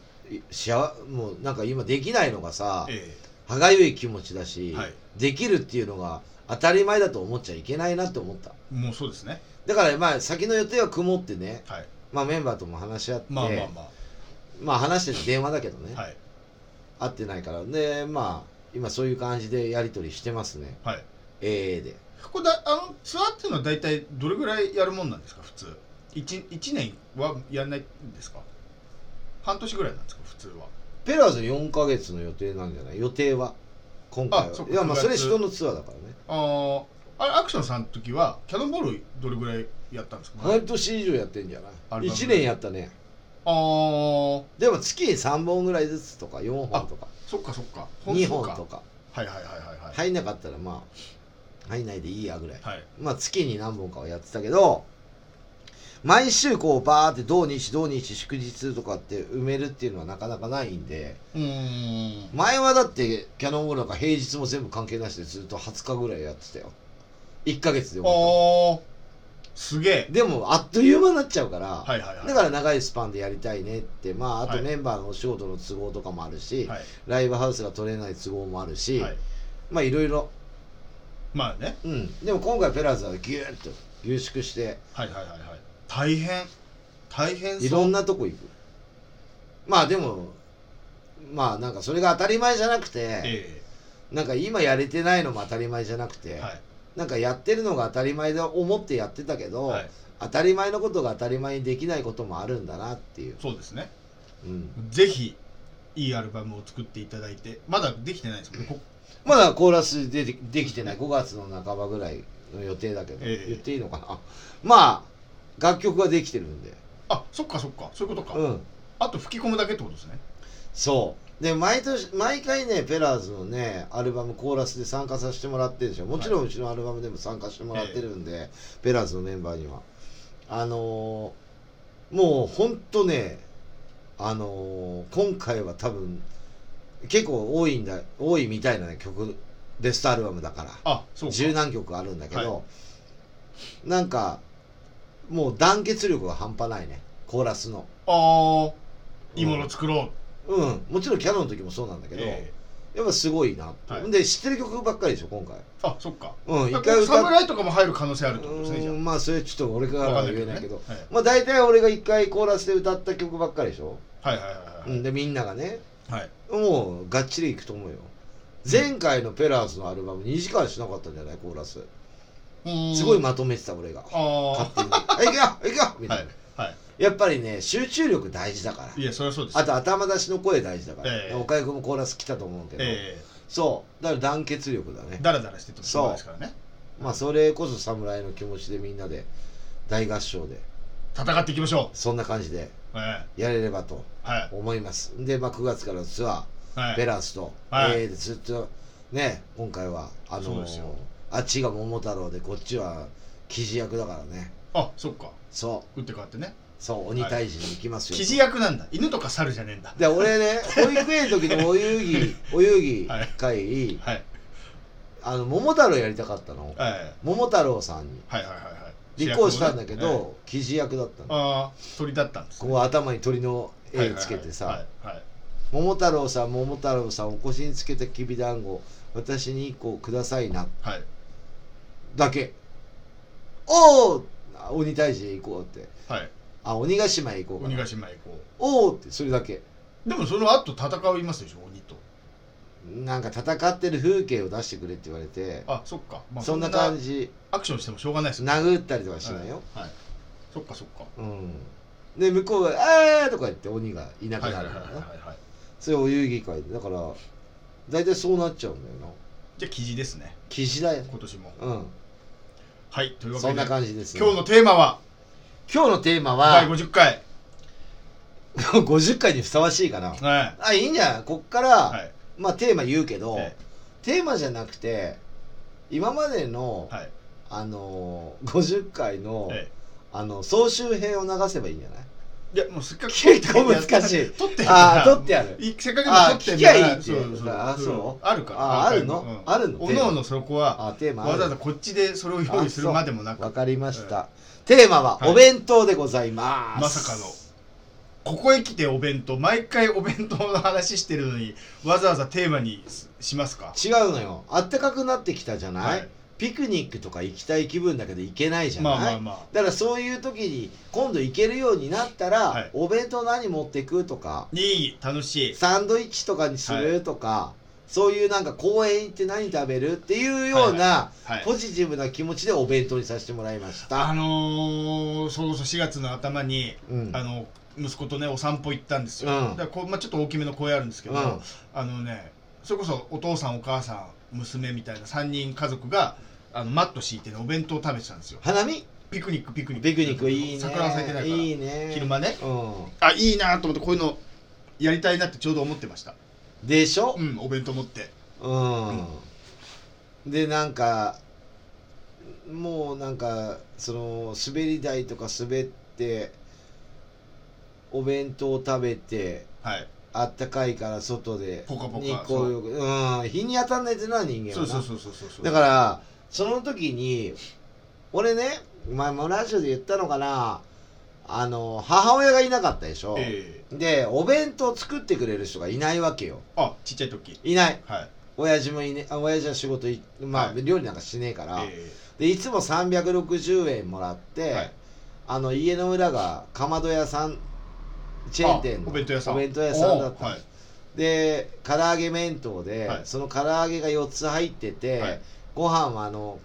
A: しあもうなんか今できないのがさ、
E: え
A: 歯がゆい気持ちだし、
E: はい
A: できるっていうのが当たり前だと思っちゃいけないなって思った。
E: えもうそうですね
A: だからまあ先の予定は曇ってね、
E: はい
A: まあメンバーとも話し合って、
E: まあまあま
A: まあ話してて電話だけどね、
E: あはい
A: 会ってないからでまあ今そういう感じでやり取りしてますね
E: はい
A: AA で
E: これだあのツアーっていうのは大体どれぐらいやるもんなんですか普通 1, 一年はやんないんですか半年ぐらいなんですか普通は
A: ペラーズ4ヶ月の予定なんじゃない予定は今回
E: あそ
A: は
E: っか
A: いやまあ
E: 九月
A: それ人のツアーだからね
E: あああれアクションさんの時はキャノンボールどれぐらいやったんですか、あ
A: 半年以上やってんじゃ
E: ア
A: な
E: ル
A: い
E: バム
A: 1年やったね
E: あー
A: でも月に3本ぐらいずつとか4本とか
E: そっかそっか
A: 2
E: 本
A: 本
E: 数か
A: とか
E: はいはいはいはいはい
A: 入んなかったらまあ入んないでいいやぐらい
E: はい
A: まあ月に何本かはやってたけど毎週こうバーって土日土日祝日とかって埋めるっていうのはなかなかないんで
E: うーん
A: 前はだってキャノンボールなんか平日も全部関係なしでずっと20日ぐらいやってたよ1ヶ月で終わった
E: ああすげえ
A: でもあっという間になっちゃうから、
E: はいはいはい
A: だから長いスパンでやりたいねってまああ
E: は
A: と
E: い
A: メンバーのお仕事の都合とかもあるし、
E: は
A: ライブハウスが取れない都合もある
E: い、
A: し、
E: はい、
A: まあいろいろ
E: まあね
A: うんでも今回ペラーズはギューッと凝縮して
E: はいはいはいはい大変大変そう
A: いろんなとこ行くまあでもまあなんかそれが当たり前じゃなくて、
E: え
A: なんか今やれてないのも当たり前じゃなくて、
E: えはい
A: なんかやってるのが当たり前で思ってやってたけど、
E: はい
A: 当たり前のことが当たり前にできないこともあるんだなっていう、
E: そうですね
A: うん、
E: ぜひいいアルバムを作っていただいてまだできてないですもんねこ
A: まだコーラスでできてない5月の半ばぐらいの予定だけど、
E: ええ
A: 言っていいのかなまあ楽曲はできてるんで
E: あそっかそっかそういうことか、
A: うん
E: あと吹き込むだけってことですね
A: そうで毎年毎回ねペラーズのねアルバムコーラスで参加させてもらってるでしょもちろんうちのアルバムでも参加してもらってるんで、ペラーズのメンバーにはあのーもうほんとねあのー今回は多分結構多いんだ多いみたいな、ね、曲ベストアルバムだから
E: あそうか
A: 十何曲あるんだけど、
E: は
A: なんかもう団結力が半端ないねコーラスの
E: ああいいもの作ろう、
A: うんもちろんキャノンの時もそうなんだけど、
E: え
A: やっぱすごいなって、
E: はい
A: で知ってる曲ばっかりでしょ今回
E: えあそっか
A: うん
E: だ
A: 一
E: か
A: 回
E: らこう
A: 歌っ
E: 侍とかも入る可能性あるってことですねじゃ
A: うんまあそれちょっと俺から
E: あわ
A: は
E: かんない
A: 言
E: け
A: え
E: ど
A: な
E: ね
A: いけど
E: はい
A: まあ大体俺が一回コーラスで歌った曲ばっかりでしょ、
E: はいはいはい
A: うん、でみんながね
E: はいはい
A: もうがっちりいくと思うよ前回のペラーズのアルバム2時間しなかったんじゃないコーラス
E: うーん
A: すごいまとめてた俺が
E: ああは
A: 勝 手に「はい行くよ行くよ」み
E: い
A: たいな、
E: は
A: やっぱりね集中力大事だから
E: いいやそれはそうです
A: あと頭出しの声大事だから、
E: ええ
A: 岡井君もコーラス来たと思うけど、
E: え
A: そうだから団結力だね
E: えダラダラしててもしょうがないですからね
A: まあそれこそ侍の気持ちでみんなで大合唱で
E: 戦っていきましょ
A: そんな感じで
E: うえ
A: やれればと
E: えはい
A: 思いますで、まあ、9月からのツアー、
E: はい
A: ベラースと、
E: はい
A: えーずっとね今回はあ
E: そう
A: の
E: ですよ
A: あっちが桃太郎でこっちは記事役だからね
E: あそっか
A: そ
E: 打って変わってね
A: うそう鬼退治に行きますよ、
E: 記事役なんだ犬とか猿じゃねえんだ
A: で俺ね保育園の時のお遊戯お遊戯会、
E: はい
A: あの桃太郎やりたかったの
E: え
A: 桃太郎さんに
E: えはいはいはいはい
A: 立候補したんだけ
E: え
A: ど、記事役だったの
E: えああ鳥だったんです
A: こ
E: ね
A: う頭に鳥の絵つけて
E: はい
A: さ
E: はいはい
A: 「桃太郎さん桃太郎さんお腰につけたきびだんご私に1個くださいな
E: はいはい」
A: だけ「おお!」鬼退治へ行こうって
E: はい
A: あ鬼ヶ島へ行こうか
E: 鬼
A: な
E: ヶ島へ行こ
A: おおってそれだけ
E: うでもその後戦いますでしょ鬼と
A: なんか戦ってる風景を出してくれって言われて
E: あそっか、まあ、
A: そんな感じ
E: アクションしてもしょうがないですね
A: 殴ったりとかしないよ、
E: はい、はいそっかそっか
A: うんで向こうが「あー!」とか言って鬼がいな
E: は
A: く
E: いは
A: ないる
E: は
A: か
E: いは
A: ら
E: い
A: な
E: はい
A: それお遊戯会でだから大体そうなっちゃうんだよな
E: じゃあ記事ですね
A: 記事だよ
E: 今年も
A: うん
E: はいというわけ
A: そ
E: で
A: んな感じです、
E: 今日のテーマは
A: 今日のテーマ
E: 第
A: は
E: 50回
A: 50回にふさわしいかな
E: は
A: あいいんじゃないこっから、
E: いはい
A: まあテーマ言うけど、
E: え
A: テーマじゃなくて今までの、
E: えはい
A: あのー50回の、
E: え
A: あの総集編を流せばいいんじゃない
E: えいやもうせっかく
A: 結構難しい
E: 取って
A: ああ
E: 取
A: 取ってある
E: せっかく今取って
A: あ聞
E: ん
A: きゃいい
E: だから
A: っていうあそう
E: あるから
A: ああるの
E: うん
A: あるの
E: おのおのそこは
A: あテーマある
E: わざわざこっちでそれを用意するまでも
A: あ
E: な
A: そうわ
E: く
A: かりました、テーマは
E: はい
A: お弁当でございます、
E: まさかのここへ来てお弁当毎回お弁当の話してるのにわざわざテーマにすしますか
A: 違うのよあったかくなってきたじゃない、
E: はい
A: ピクニックとか行きたい気分だけど行けないじゃない、
E: まあまあまあ
A: だからそういう時に今度行けるようになったら、
E: はい
A: お弁当何持ってくとか
E: いい楽しい
A: サンドイッチとかにするとか、そういうなんか公園行って何食べるっていうような
E: はい
A: ポジティブな気持ちでお弁当にさせてもらいました、
E: あのー、そうそう4月の頭に、
A: うん
E: あの息子とねお散歩行ったんですよ、
A: うん
E: だからこうまあ、ちょっと大きめの公園あるんですけど、
A: うん
E: あのねそれこそお父さんお母さん娘みたいな3人家族があのマット敷いてねお弁当を食べてたんですよ
A: 花見
E: ピクニックピクニック
A: ピクニックいいね
E: 桜は咲いてないから
A: いいね
E: 昼間ね
A: う
E: あいいなと思ってこういうのやりたいなってちょうど思ってました
A: んでしょ
E: うんお弁当持って
A: うん、でなんかもうなんかその滑り台とか滑ってお弁当を食べて
E: はい
A: あったかいから外で
E: ポカポカ
A: 日光浴うん日に当たんないってな人間はな
E: そうそうそうそうそうそう
A: だからその時に俺ね前もラジオで言ったのかなあの母親がいなかったでしょ、
E: え
A: でお弁当作ってくれる人がいないわけよ
E: えあちっちゃい時
A: いない
E: はい
A: 親父もいねあ親父は仕事いまあ、
E: はい
A: 料理なんかしねえから、
E: え
A: でいつも360円もらって、
E: はい
A: あの家の裏がかまど屋さんチェーン店
E: あ
A: の
E: お弁当屋さん
A: お弁当屋さんだった
E: おーはい
A: で唐揚げ弁当で、
E: はい
A: その唐揚げが4つ入ってて、
E: はい
A: ご飯はあの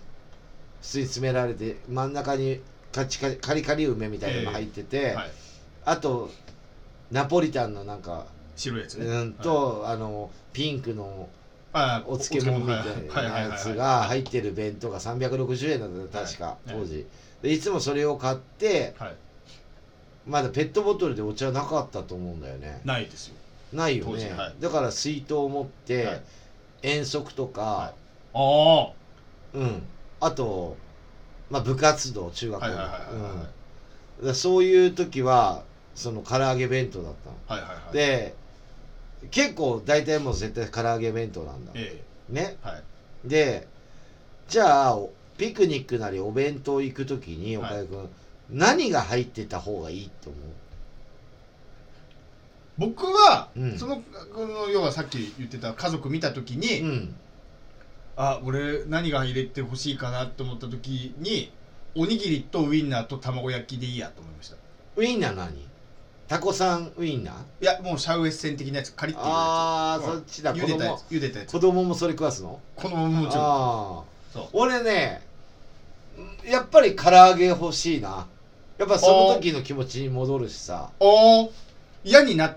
A: 普通に詰められて真ん中にカチカチカリカリ梅みたいなのが入ってて、
E: はい
A: あとナポリタンのなんか
E: 白いやつ
A: う
E: ね
A: んと、あのピンクの
E: はい
A: お漬物みた
E: はいい
A: な
E: はいはい
A: や
E: はい
A: つが入ってる弁当が360円だった確か
E: はい
A: 当時でいつもそれを買って
E: はい
A: まだペットボトルでお茶なかったと思うんだよね
E: ないですよ
A: ないよ
E: 当時
A: ね
E: はい
A: だから水筒を持っ
E: は
A: て
E: い
A: 遠足と
E: は
A: か
E: いあ
A: うんあとまあ部活動中
E: あ
A: 学校
E: はい
A: うんだ
E: はいはい
A: か
E: は
A: らそういう時はその唐揚げ弁当だったの
E: いはいはいはいはい
A: で結構大体もう絶対唐揚げ弁当なんだ
E: え
A: ね
E: えはい
A: でじゃあピクニックなりお弁当行く時に
E: はい
A: 岡井君、何が入ってた方がいいと思う
E: 僕は、
A: うん
E: そのこの要はさっき言ってた家族見た時に、
A: うん
E: あ俺何が入れてほしいかなと思った時におにぎりとウインナーと卵焼きでいいやと思いましたい
A: ウインナー何タコさんウインナー
E: やもうシャウエッセン的なやつカリッていうやつ
A: あー
E: うん
A: そっちだ
E: 茹でたやつ茹でたやつ
A: 子供もそれ食わすの
E: このままもちろん
A: あ
E: そう
A: あ俺ねやっぱり唐揚げ欲しいなやっぱその時の気持ちに戻るしさ、
E: おー嫌になっ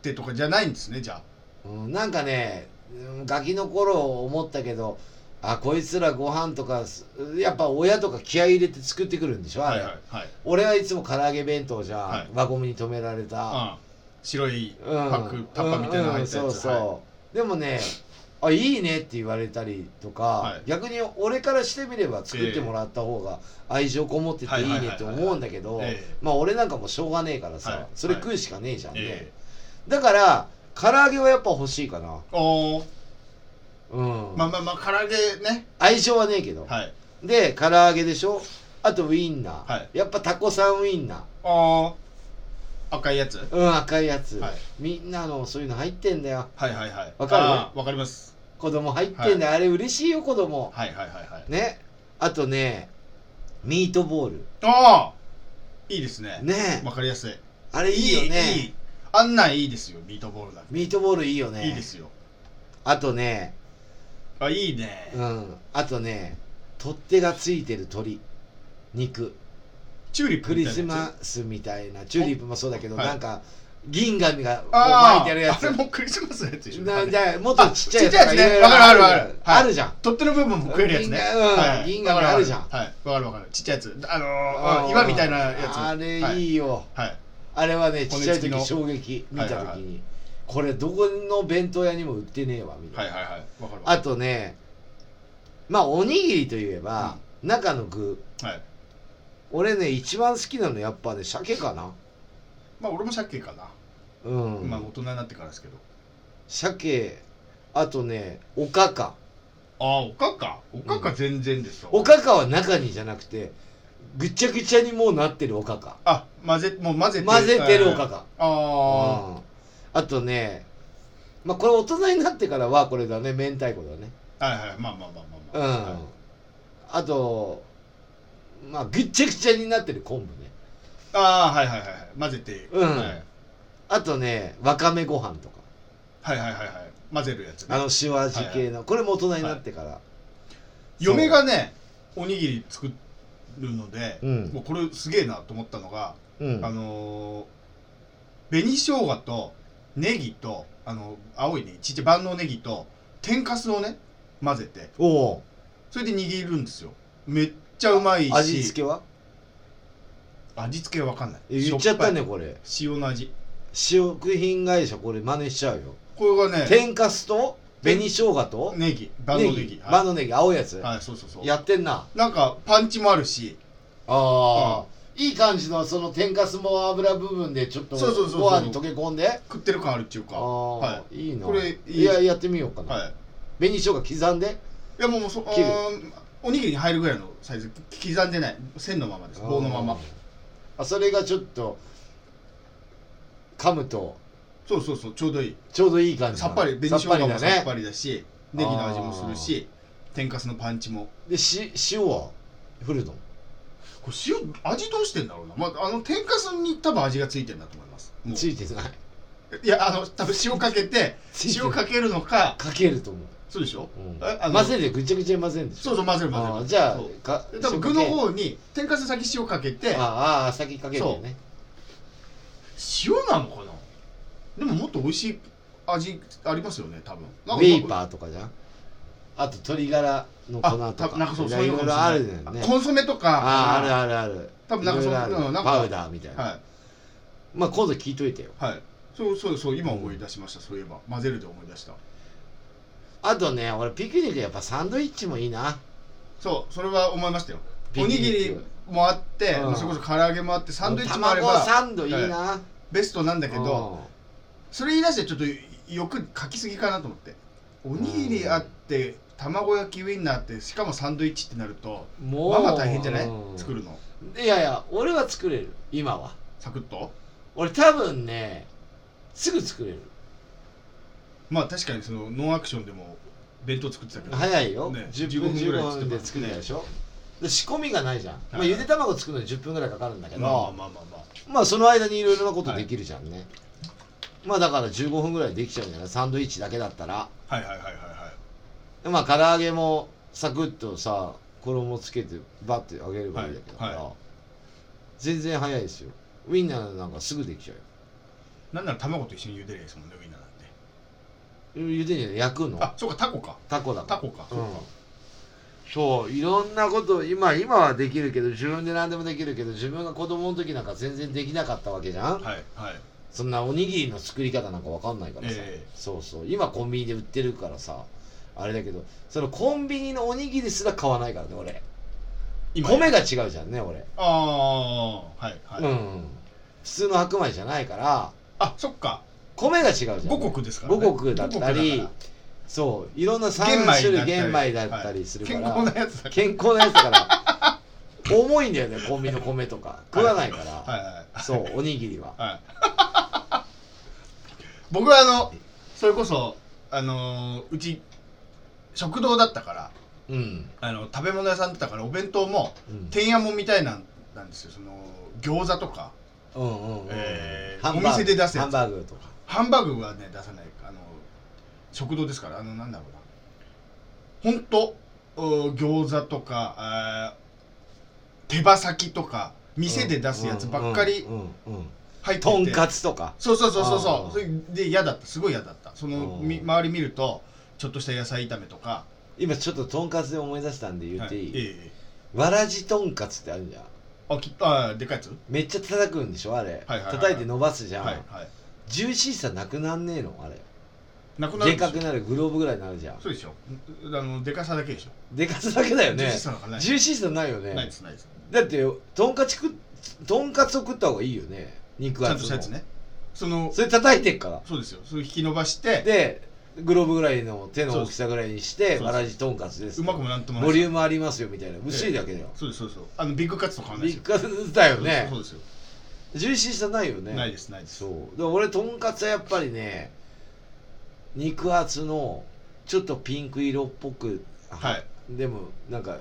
E: てとかじゃないんですねじゃあ
A: うん、なんかねうんガキの頃思ったけどあこいつらご飯とかすやっぱ親とか気合い入れて作ってくるんでしょあ
E: はい
A: れ、
E: はいはい、
A: 俺はいつも唐揚げ弁当じゃん、
E: はい
A: 輪ゴムに止められた、
E: うん、白い
A: うん、
E: パックタッパーみたいなの入ったやつ
A: うんうんそうそう、
E: は
A: でもねあいいねって言われたりとか、
E: はい
A: 逆に俺からしてみれば作ってもらった方が愛情こもってていいねって思うんだけど
E: はいはいはいはいええ
A: まあ俺なんかもうしょうがねえからさ、
E: はい
A: それ食うしかねえじゃんね、
E: え
A: だから唐揚げはやっぱ欲しいかな
E: えおー
A: うん、
E: まあまあまあ唐揚げね
A: 相性はねえけど、
E: はい
A: で唐揚げでしょあとウインナー、
E: はい
A: やっぱタコさんウインナー
E: ああ赤いやつ
A: うん赤いやつ、
E: はい
A: みんなのそういうの入ってんだよ
E: はいはいはい
A: わかる
E: あーわかります
A: 子供入ってんだよ、あれ嬉しいよ子供
E: はいはいはいはい
A: ねあとねミートボール
E: ああいいですね
A: ね
E: わかりやすい
A: あれいいよね
E: いいいいあんなんいいですよミートボールだ
A: ミートボールいいよね
E: いいですよ
A: あとね
E: あいいね
A: うんあとね取っ手がついてる鳥肉
E: チューリップ
A: ク
E: み
A: リ
E: たい
A: ス
E: なや
A: マ
E: つ
A: スみたいなチューリップもそうだけど、
E: はい
A: なんか銀紙がこう巻い
E: ああ
A: てるやつ
E: あれもクリスマスのやつでしょ
A: なじゃあもっとちっちゃいやつ
E: あちっちゃいや
A: い
E: つね
A: ろいろ
E: わかるあるある
A: あるじゃん、
E: 取っ手の部分も食えるやつ
A: 銀
E: ね
A: 河うん
E: はい
A: 銀河のあるじゃん
E: わかわかるはいわかるわかるちっちゃいやつあのー
A: あ
E: う
A: ー
E: ん岩みたいなやつ
A: あれ
E: はい
A: いいよ、
E: はい
A: あれはねちっちゃい
E: 骨付き
A: 時
E: の
A: 衝撃見た時に、
E: はいはいはい
A: これどこの弁当屋にも売ってねえわみた
E: はいい
A: な、
E: はいはいわかる
A: あとねまあおにぎりといえば、中の具
E: はい
A: 俺ね一番好きなのやっぱね鮭かな
E: まあ俺も鮭かな
A: うん、
E: まあ大人になってからですけど
A: 鮭あとねおかか
E: ああおかかおかか全然ですよ
A: おかかは中にじゃなくてぐちゃぐちゃにもうなってるおかか
E: あ混ぜもう混ぜて
A: 混ぜてるおかか
E: あ
A: うんあとねまあこれ大人になってからはこれだね明太子だね
E: あはいはいまあまあま
A: う
E: あまあ
A: ん、
E: まあはい
A: あとまあぐっちゃぐちゃになってる昆布ね
E: ああはいはいはいはい混ぜて
A: うん
E: はい
A: あとねわかめご飯とか
E: はいはいはいはい混ぜるやつね
A: あの塩味系の、これも大人になってから、
E: 嫁がねおにぎり作るので、
A: うん
E: もうこれすげえなと思ったのが、
A: うん
E: あのー紅生姜とネギとあの青いねちっちゃい万能ネギと天かすをね混ぜて
A: おお
E: それで握るんですよめっちゃうまいし
A: 味付けは
E: 味付けは分かんない
A: え言っちゃった
E: し
A: ね
E: ょぱ
A: これ
E: い塩の味
A: 食品会社これ真似しちゃうよ、
E: これがね
A: 天かすと紅生姜と
E: ネギ万能ネギはい
A: 万能ネギ青いやつ、
E: はいそうそうそう
A: やってんな
E: なんかパンチもあるし
A: ああ、いい感じのその天かすも油部分でちょっと
E: そうそうそうそう
A: ご飯に溶け込んで
E: 食ってる感あるっていうか
A: ああ、、
E: はい
A: いな
E: これいい
A: いややってみようかな、
E: はい
A: 紅生姜刻んで
E: いやもうもうそ
A: 切る
E: あーおにぎりに入るぐらいのサイズき刻んでない線のままです棒のまま
A: あそれがちょっと噛むと
E: そうそうそうちょうどいい
A: ちょうどいい感じ
E: さっぱり紅
A: さ
E: 生
A: っぱ
E: 姜
A: り
E: も
A: だ
E: さっ
A: ね
E: ぱりだしネギの味もするし天かすのパンチも
A: でし塩は振るの
E: これ塩味どうしてんだろうな、まあ、あの天かすに多分味がついてるんだと思いますもう
A: ついて ない
E: いやあの多分塩か けて
A: ついてる
E: 塩かけるのか
A: かけると思う、
E: そうでしょ、
A: うん
E: えあの
A: 混ぜてぐちゃぐちゃに混ぜるんでしょ
E: そうそう混ぜる混ぜ
A: あ
E: る
A: ーじゃ
E: そう
A: あか
E: で多分具
A: 塩
E: の
A: かけ
E: 方に天かす先塩かけて
A: あーあー先かけるよね
E: 塩なのかなでももっと美味しい味ありますよね多分
A: ウ
E: なんか
A: ェイパーとかじゃんあと鶏ガラの粉と
E: あ多
A: か
E: 分なんかそうそう
A: い
E: いうの
A: ろ
E: か
A: い
E: もしれ
A: ろ
E: ない
A: あるよね
E: コンソメとか
A: ああーあるあるある
E: 多分なんかそう
A: いろいろあ
E: う
A: る
E: んなんか
A: パウダーみたいな、
E: はい
A: まあ今度聞いといてよ
E: はいそうそうそう今思い出しました、そういえば混ぜるで思い出した
A: あとね俺ピクニックやっぱサンドイッチもいいな
E: そうそれは思いましたよ
A: ピ
E: お
A: クニ
E: に
A: ック
E: ぎりもあって、
A: うん
E: それこそ唐揚げもあってサンドイッチもあれば
A: 卵サンドいいな、
E: はベストなんだけど
A: うん
E: それ言い出してちょっとよく書きすぎかなと思っておにぎりあって卵焼きウインナーあってしかもサンドイッチってなると
A: もう
E: まあまあ大変じゃない
A: うん
E: 作るの
A: いやいや俺は作れる今は
E: サクッと
A: 俺多分ねすぐ作れる
E: まあ確かにそのノンアクションでも弁当作ってたけど、
A: 早いよ、
E: ね
A: 10分15
E: 15分
A: 分
E: ぐらい
A: で
E: で
A: 作
E: 作っ
A: る
E: てますね
A: でしょで仕込みがないじゃん、まあ、
E: はい
A: ゆで卵作るのに10分ぐらいかかるんだけど、
E: まあまあまあまあまあ
A: まあその間にいろいろなことできるじゃんね、まあだから15分ぐらいできちゃうんじゃないサンドイッチだけだったら
E: はいはいはいはいはい
A: でまあ唐揚げもサクッとさ衣つけてバッて揚げればいいだけだから、
E: はいは
A: 全然早いですよウインナーなんかすぐできちゃうよ
E: なんなら卵と一緒に茹でるやつもんねウインナーなんて
A: ゆでに焼くの
E: あそうかタコか
A: タコだか
E: タ
A: ら
E: コか、
A: うんそういろんなこと今今はできるけど自分で何でもできるけど自分が子供の時なんか全然できなかったわけじゃん、
E: はいはい
A: そんなおにぎりの作り方なんかわかんないからさ、
E: ええ
A: そうそう今コンビニで売ってるからさあれだけどそのコンビニのおにぎりすら買わないからね俺
E: 今
A: 米が違うじゃんね俺、
E: ああーはいはい、
A: うん普通の白米じゃないから
E: あそっか
A: 米が違うじゃん、ね、
E: 五穀ですから、ね、
A: 五穀だったり
E: 五穀
A: そういろんな
E: だから
A: 3種類玄
E: 玄
A: 米
E: 米
A: だ
E: だ
A: っ
E: ったり
A: たりするから、
E: はい健康なやつだか
A: 健康なやつだから重いんだよねコンビニの米とか食わないから、
E: らはいはい
A: そうおにぎりは
E: はい僕はあのそれこそあのーうち食堂だったから
A: うん、
E: あの食べ物屋さんだったからお弁当も
A: うん、
E: てんやもんみたいなんなんですよその餃子とか
A: うんうんうん
E: えー
A: ハンバーグ
E: お店で出すや
A: ハ
E: つ
A: ンバーグとか
E: ハンバーグはね出さないあの食堂ですからあのなんだろうなほんとうー餃子とかあー手羽先とか店で出すやつばっかり
A: うんうんうんうん
E: 入ってて
A: とんかつとか
E: そうそうそうそう
A: あ
E: そ
A: ー
E: うそれで嫌だったすごい嫌だったそのみ
A: うん
E: 周り見るとちょっとした野菜炒めとか
A: 今ちょっととんかつで思い出したんで言っていい、
E: はいええ
A: わらじとんかつってあるじゃん
E: あきあーでかいやつは
A: めっちゃ叩くんでしょあれ、
E: はいはいはい
A: 叩いて伸ばすじゃん、
E: いはい
A: ジューシーさなくなんねえのあれ
E: なくなる
A: で
E: んで
A: か
E: し
A: く
E: ょ
A: なるグローブぐらいになるじゃん
E: そうでしょうあのでかさだけでしょ
A: でかさだけだよ
E: ジュー
A: ね
E: シーさなんかない
A: ジューシーさないよね
E: ないですないです
A: だってとんかつ食っとんかつを食った方がいいよね肉
E: ちゃ
A: 厚の
E: んとしたやつねその
A: それ叩いてっから
E: そうですよそれ引き伸ばして
A: でグローブぐらいの手の大きさぐらいにして
E: そうです
A: わらじとんかつです
E: うまくもなんともない
A: ボリュームありますよみたいな薄いだけだよ
E: そうですそうですあのビッグカツと変わらない
A: ビ
E: です
A: ッ
E: よ
A: グカツだよね
E: そうですよ
A: ジューシーさないよね
E: ないですないです
A: そうで俺とんかつはやっぱりね肉厚のちょっとピンク色っぽく
E: はい
A: でもなんか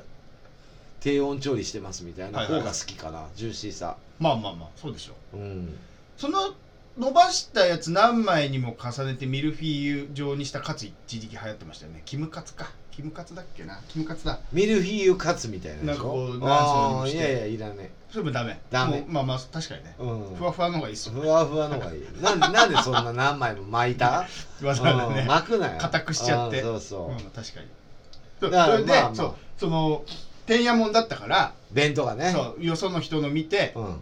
A: 低温調理してますみたいな
E: はいはい
A: 方が好きかな、ジューシーさ
E: まあまあまあそうでしょう
A: うん
E: その伸ばしたやつ何枚にも重ねてミルフィーユ状にしたカツ一時期流行ってましたよねキムカツかキムカツだっけなキムカツだ
A: ミルフィーユカツみたいなでしょ
E: なんかこう何層に
A: あ
E: も
A: あ
E: し
A: い
E: て
A: やいやいらね
E: それもダメ
A: ダメ
E: もうまあまあ確かにね
A: え、うん、
E: ふわふわの方がいいっすよ
A: ふわふわのがいいなん なんでそんな何枚も巻いた、
E: わざわざ
A: うん
E: ね
A: 巻くなよ
E: 硬くしちゃって
A: うんそうそう、
E: うん、確かにそ
A: だから
E: それで、
A: まあまあ
E: そうそのてんやもんだったから、
A: 弁当がね
E: そうよその人の見て
A: う、ん、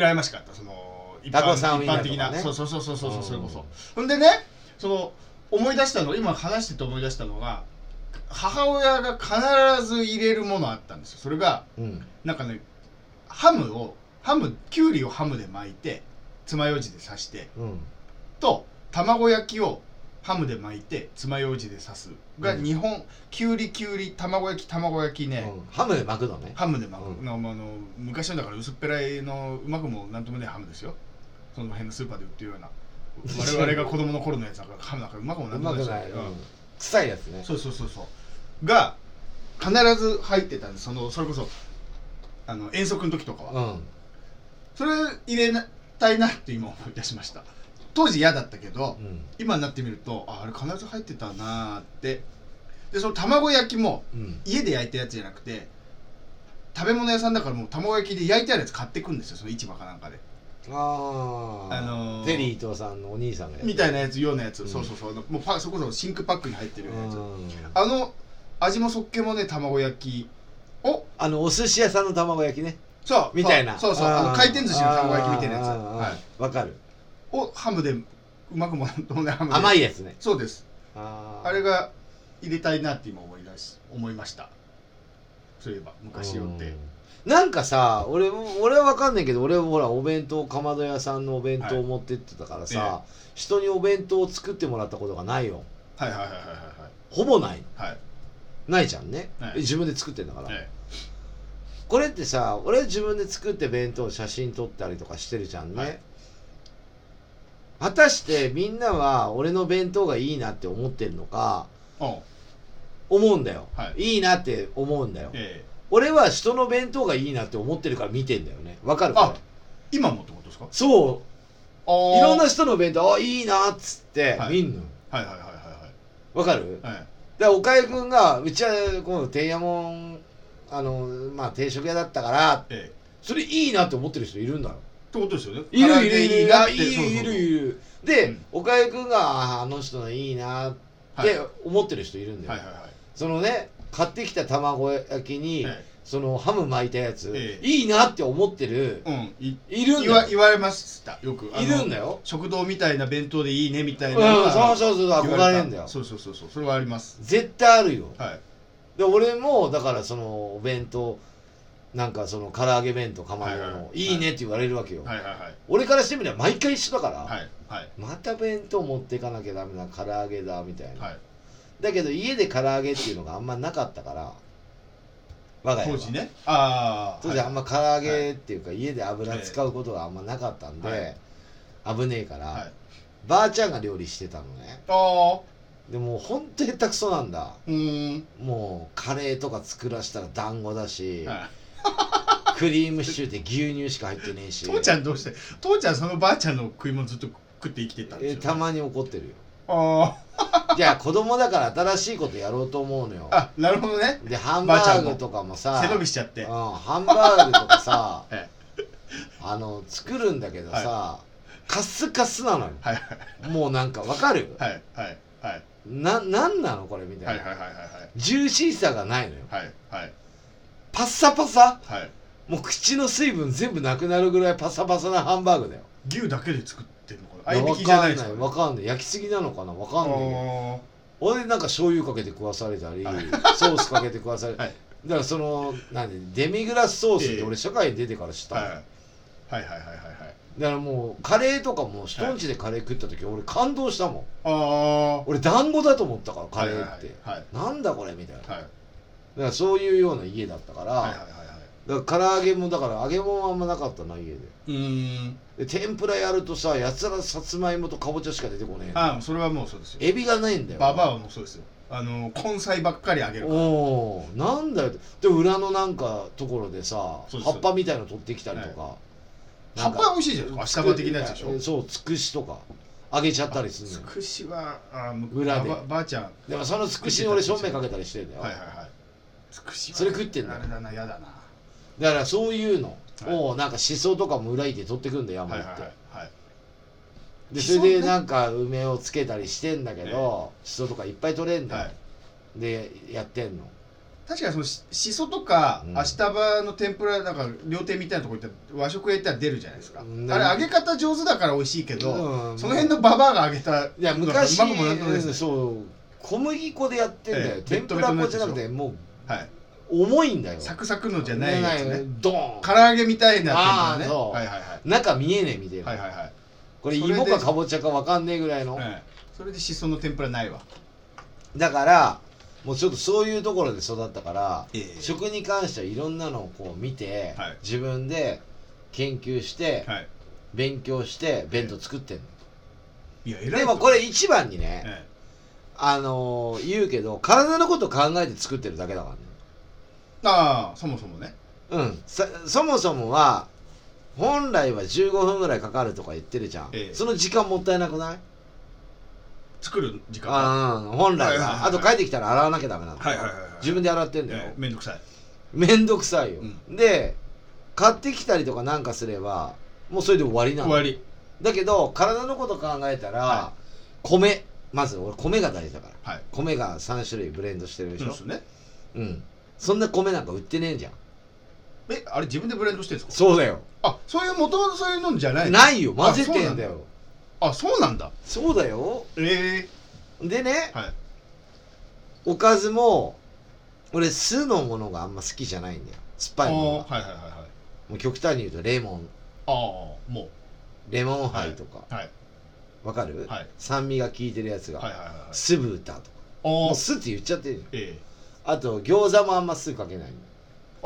E: 羨ましかったその一
A: タ
E: 般
A: コさんウイ
E: 一
A: ンナー
E: 般的
A: と
E: な、
A: かね
E: そうそうそうそうそう
A: う
E: そ
A: ん
E: れこそほんでねその思い出したの今話してて思い出したのが母親が必ず入れるものあったんですよそれが
A: うん、
E: なんかねハムをハムきゅうりをハムで巻いて爪楊枝で刺して
A: うん、
E: と卵焼きをハムで巻いて爪楊枝で刺すが
A: うん
E: 日本、きゅうりきゅうり卵焼き卵焼きね、
A: うんハムで巻くのね
E: ハムで巻く、
A: うん
E: なあの昔のだから薄っぺらいのうまくもなんともねえハムですよその辺のスーパーで売ってるような我々が子供の頃のやつなんかハムなんかうまくもな
A: うん
E: と
A: ま
E: も
A: く
E: ですよ
A: ない、うん、臭いやつね
E: そうそうそうそうが必ず入ってたんですそのそれこそあの遠足の時とかは、
A: うん
E: それ入れなたいなって今思い出しました当時嫌だったけど、
A: うん
E: 今になってみるとああれ必ず入ってたなーってでその卵焼きも
A: うん
E: 家で焼いたやつじゃなくて食べ物屋さんだからもう卵焼きで焼いてあるやつ買ってくんですよその市場かなんかで
A: ああ
E: あのー
A: ゼリー伊藤さんのお兄さんが
E: み
A: い
E: たいなやつようなやつ、
A: うん
E: そうそうそうもうパそこそこシンクパックに入ってるようなやつ、
A: あ
E: あの味もそっけもね卵焼きを
A: あのお寿司屋さんの卵焼きね
E: そう
A: みたいな
E: そうそうあの
A: ー
E: 回転寿司の卵焼きみたいなやつ、
A: あー
E: はい、
A: わかる
E: をハムでうまくもなんともねハムで
A: 甘
E: い
A: いやつね
E: そうです
A: あー
E: あれが入れたいなって今思い出し思いましたそういえば昔よって
A: うんなんかさ俺も俺は分かんないけど俺もほらお弁当かまど屋さんのお弁当を持ってってたからさ、
E: は
A: 人にお弁当を作ってもらったことがないよ
E: はいはいはいはい
A: ほぼない
E: はいはい
A: ないじゃんね、
E: はい
A: 自分で作ってんだから、
E: え
A: これってさ俺自分で作って弁当写真撮ったりとかしてるじゃんね、
E: はい
A: 果たしてみんなは俺の弁当がいいなって思ってるのか
E: えおう
A: 思うんだよ、
E: はい
A: いなって思うんだよ、
E: え
A: 俺は人の弁当がいいなって思ってるから見てんだよねわか
E: え
A: る
E: あ
A: か
E: 今もってことですか
A: そう
E: あー
A: いろんな人の弁当、あ、いいなっつって
E: はい
A: 見んの。
E: はいはいはいは
A: わかる
E: いはいはい
A: で、岡井くんが、うちは、この、天やもん、あの、まあ、定食屋だったから、
E: ええ
A: それいいなって思ってる人いるんだよ。
E: ってことですよね
A: い
E: 唐揚
A: るい
E: げ
A: るいる
E: い
A: い
E: いなっ
A: る
E: て
A: いる
E: そうそう
A: い
E: そう
A: るいる。で、
E: うん
A: 岡井くんが、あーあの人のいいなっ
E: はい
A: て思ってる人いるんだよ。
E: はいはいはい
A: そのね、買ってきた卵焼きに、
E: え
A: そのハム巻いたやつ、
E: ええ
A: いいなって思ってる
E: え、うんい
A: いるん
E: 言わ
A: だよ。
E: 言われましたよくあの
A: いるんだよ。
E: 食堂みたいな弁当でいいねみた
A: う
E: い
A: ん、
E: なのが
A: そうそうそう、
E: 言
A: 憧
E: わ
A: れ
E: た
A: るんだよ。
E: そうそうそうそうそれはあります
A: 絶対あるよ。
E: はい
A: で俺もだからそのお弁当なんかその唐揚げ弁当かまどの、い
E: はいはいはい
A: い、ねって言われるわけよ、
E: はいはいはい
A: 俺からしてみれば毎回一緒だから、
E: はいはい
A: また弁当持っていかなきゃダメな唐揚げだみたいな、
E: はい
A: だけど家で唐揚げっていうのがあんまなかったから我が家
E: 当
A: は
E: 時ねああ
A: 当時あんま唐揚げっていうか、家で油使うことがあんまなかったんで、
E: はい
A: 危ねえから、
E: はい
A: ばあちゃんが料理してたのね
E: ああ
A: でもうほんと下手くそなんだ
E: うーん
A: もうカレーとか作らしたら団子だし、
E: はい
A: クリームシチューって牛乳しか入ってねえし
E: 父ちゃんどうして父ちゃんそのばあちゃんの食い物ずっと食って生きてたんで
A: え
E: すよ、
A: たまに怒ってるよ
E: あ
A: いや子供だから新しいことやろうと思うのよ
E: ああなるほどね
A: でハン
E: ばあ
A: バ
E: ちゃん
A: ー
E: も
A: グとかもさ
E: 背伸びしちゃって
A: うん、
E: は
A: ハンバーグとかさ
E: え
A: あの作るんだけどさ、カスカスなのよ
E: いはい
A: もうなんかわかる
E: はいはいはい
A: ななんなのこれみたいな、
E: はいはいはいはい
A: ジューシーさがないのよ
E: はいはい
A: パッサパサ
E: はい
A: もう口の水分全部なくなるぐらいパサパサなハンバーグだよ
E: 牛だけで作ってるのかな合
A: わ
E: い
A: か
E: びき
A: ん
E: じゃな
A: ないい
E: ですか、ね、
A: わかんない焼きすぎなのかなわかんないけど
E: あ
A: 俺なんか醤油かけて食わされたり、
E: はい
A: ソースかけて食わされ、
E: はい
A: だからそのなんでデミグラスソースっ
E: ええ
A: て俺社会に出てから知っ
E: ー
A: たの、
E: はいはいはいはいはいはいはい
A: だからもうカレーとかも人んちでカレー食った時俺感動したもん
E: ああ
A: 俺団子だと思ったからカレーって、
E: はいはい
A: なんだこれみたいなだか
E: はい
A: らそういうような家だったから,、
E: はいはいはいはいは
A: だから唐揚げもだから揚げ物はあんまなかったな家で
E: いうーん
A: で天ぷらやるとさやつらさつまいもとかぼちゃしか出てこねえの
E: ああそれはもうそうですよ
A: エビがないんだよ
E: ババアはもうそうですよあの根菜ばっかりあげるから
A: おおなんだよで裏のなんかところでさ
E: そうです
A: 葉っぱみたいの取ってきたりとか、な
E: 葉
A: ん
E: っ
A: か
E: ぱ美味しいじゃないですか。下葉的なやつでしょ。
A: そうつくしとかあげちゃったりする
E: つ
A: のよ
E: くしは、あーむ
A: 裏で
E: ばばあちゃん。
A: でもそのつくしに俺正面かけたりしてんだよ、
E: はいはいはい。つくしは
A: それ食ってんだ
E: あれだな、やだな。
A: だからそういうのをなんか思想とかも裏いて取ってくんだよ山
E: はい
A: 行
E: はい
A: って、
E: はいはい。
A: で
E: シ
A: そ
E: ソね
A: れでなんか梅をつけたりしてんだけど、シソとかいっぱい取れんだよ、
E: は
A: でやってんの
E: 確かにそのししそとか、
A: うん
E: 明日葉の天ぷらなんか料亭みたいなとこ行ったら和食屋行ったら出るじゃないですか、
A: うん
E: あれ揚げ方上手だから美味しいけど、
A: うん
E: その辺のババアが揚げた
A: いや昔
E: うまくもなんともないです
A: うん
E: ね、
A: そう小麦粉でやってんだよ、
E: ええ
A: 天ぷら粉じゃなくても
E: はい、
A: う重いんだよ
E: サクサクのじゃないやつね
A: ドーン
E: 唐揚げみたいな天ぷ
A: あー
E: らね
A: そう
E: はいはいはい
A: 中見えねえみたいな、
E: はいはいはい
A: これ
E: それで
A: 芋かかぼちゃかわかんねえぐらいの、
E: ええそれでしその天ぷらないわ
A: だからもうちょっとそういうところで育ったから、
E: ええ
A: 食に関してはいろんなのをこう見て、
E: はい
A: 自分で研究して、
E: はい
A: 勉強して弁当作ってんの、
E: いや偉い
A: でもこれ一番にね、
E: ええ
A: あのー言うけど体のこと考えて作ってるだけだからね
E: ああそもそもね
A: うんさそもそもは本来は15分ぐらいかかるとか言ってるじゃん、
E: ええ
A: その時間もったいなくない
E: 作る時間は
A: ああ本来
E: はいはいはいは
A: はいあと帰ってきたら洗わなきゃダメなの、
E: はいはいはいはい
A: 自分で洗ってんだよ、
E: ええめんどくさい
A: めんどくさいよ、
E: う
A: で買ってきたりとかなんかすればもうそれで終わりな
E: 終
A: の
E: わり
A: だけど体のこと考えたら、
E: は
A: 米まず俺米が大事だから
E: はい
A: 米が3種類ブレンドしてるでし
E: そう
A: ょ
E: ですよね
A: うん、そんな米なんか売ってねえじゃん
E: えあれ自分でブレンドしてるんですか
A: そうだよ
E: あそういう元々そういうのじゃない
A: ないよ混ぜてんだよ
E: あそうなんだ
A: そうだよ
E: え
A: で
E: え
A: ね
E: はい
A: おかずも俺酢のものがあんま好きじゃないんだよ酸っぱいものが
E: あーはいはいはいはい
A: もう極端に言うとレモン
E: ああも
A: レモンハイとか、
E: うはい
A: わかる、
E: はい
A: 酸味が効いてるやつが、
E: はいはいはいはい
A: 酢豚とか
E: あ
A: もう
E: あ
A: 酢って言っちゃってるよ
E: ええ
A: あと餃子もあんま酢かけない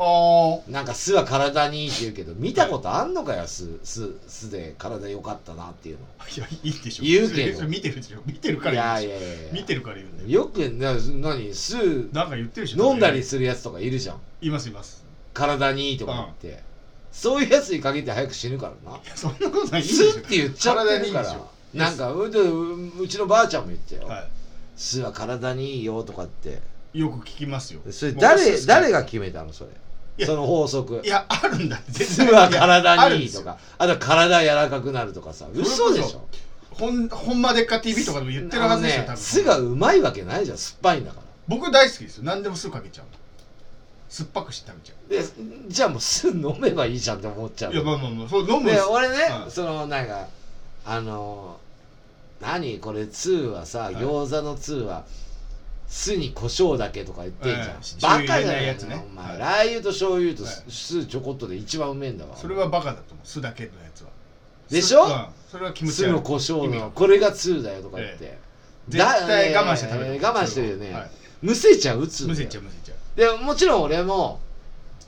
E: あ
A: なんか酢は体にいいって言うけど見たことあんのかよ酢酢酢で体良かったなっていう
E: あいやいいでしょ
A: 言うけど
E: それ見てるでしょ見てるか
A: のいや
E: ら言
A: いう
E: でし
A: やい
E: ょ
A: や
E: 見てるから言うんだよ
A: よくな何酢
E: なんか言ってるでしょ
A: 飲んだりするやつとかいるじゃん
E: いますいます
A: 体にいいとか言って、そういうやつに限って早く死ぬからない
E: やそんなことないいいでしょ
A: 酢って言っちゃってるか
E: 体にいい
A: ら
E: でしょ
A: なんかうううちのばあちゃんも言ってたよ、
E: は
A: 酢は体にいいよとかって
E: いよく聞きますよ
A: それ
E: 僕
A: 誰
E: 酢好き
A: 誰が決めたのそ
E: い
A: れ
E: や
A: その法則
E: いやあるんだ 絶
A: 酢
E: 対
A: はい
E: やあ
A: 体
E: る
A: にい
E: んで
A: い
E: す
A: と
E: よ
A: かあと体柔らかくなるとかさ嘘でしょ
E: 本本までっか TV とかでも言ってるはずですよ
A: あの
E: 多
A: ね
E: 分
A: 酢がうまいわけないじゃん酸っぱいんだから
E: 僕大好きですよ何でも酢かけちゃう酸っぱくして食べちゃ
A: でじゃあもう酢飲めばいいじゃんって思っちゃう
E: ういやまあまあまあそう飲むん
A: です俺ね、
E: うん
A: そのなんかあのー何これ2はさ、
E: い
A: 餃子の2は酢に胡椒だけとか言ってんじゃん、
E: はい
A: バカ
E: 醤
A: じゃ
E: 油入れな
A: ないい
E: や
A: や
E: つ
A: つ
E: ね
A: ねお前、
E: はい
A: ラー油と醤油と
E: はい
A: 酢ちょこっとで一番うめえんだわ
E: それはバカだと思う酢だけのやつは
A: でしょ
E: 酢うんそれは気持ち
A: 酢
E: 悪い
A: の胡椒
E: 意味が
A: のこれが2だよとか言って、
E: 絶
A: だ
E: 対我慢して食べ
A: え
E: る
A: ー我慢してるよね、
E: はい
A: むせちゃう打つ
E: むせちゃうむせちゃ
A: でももちろん俺も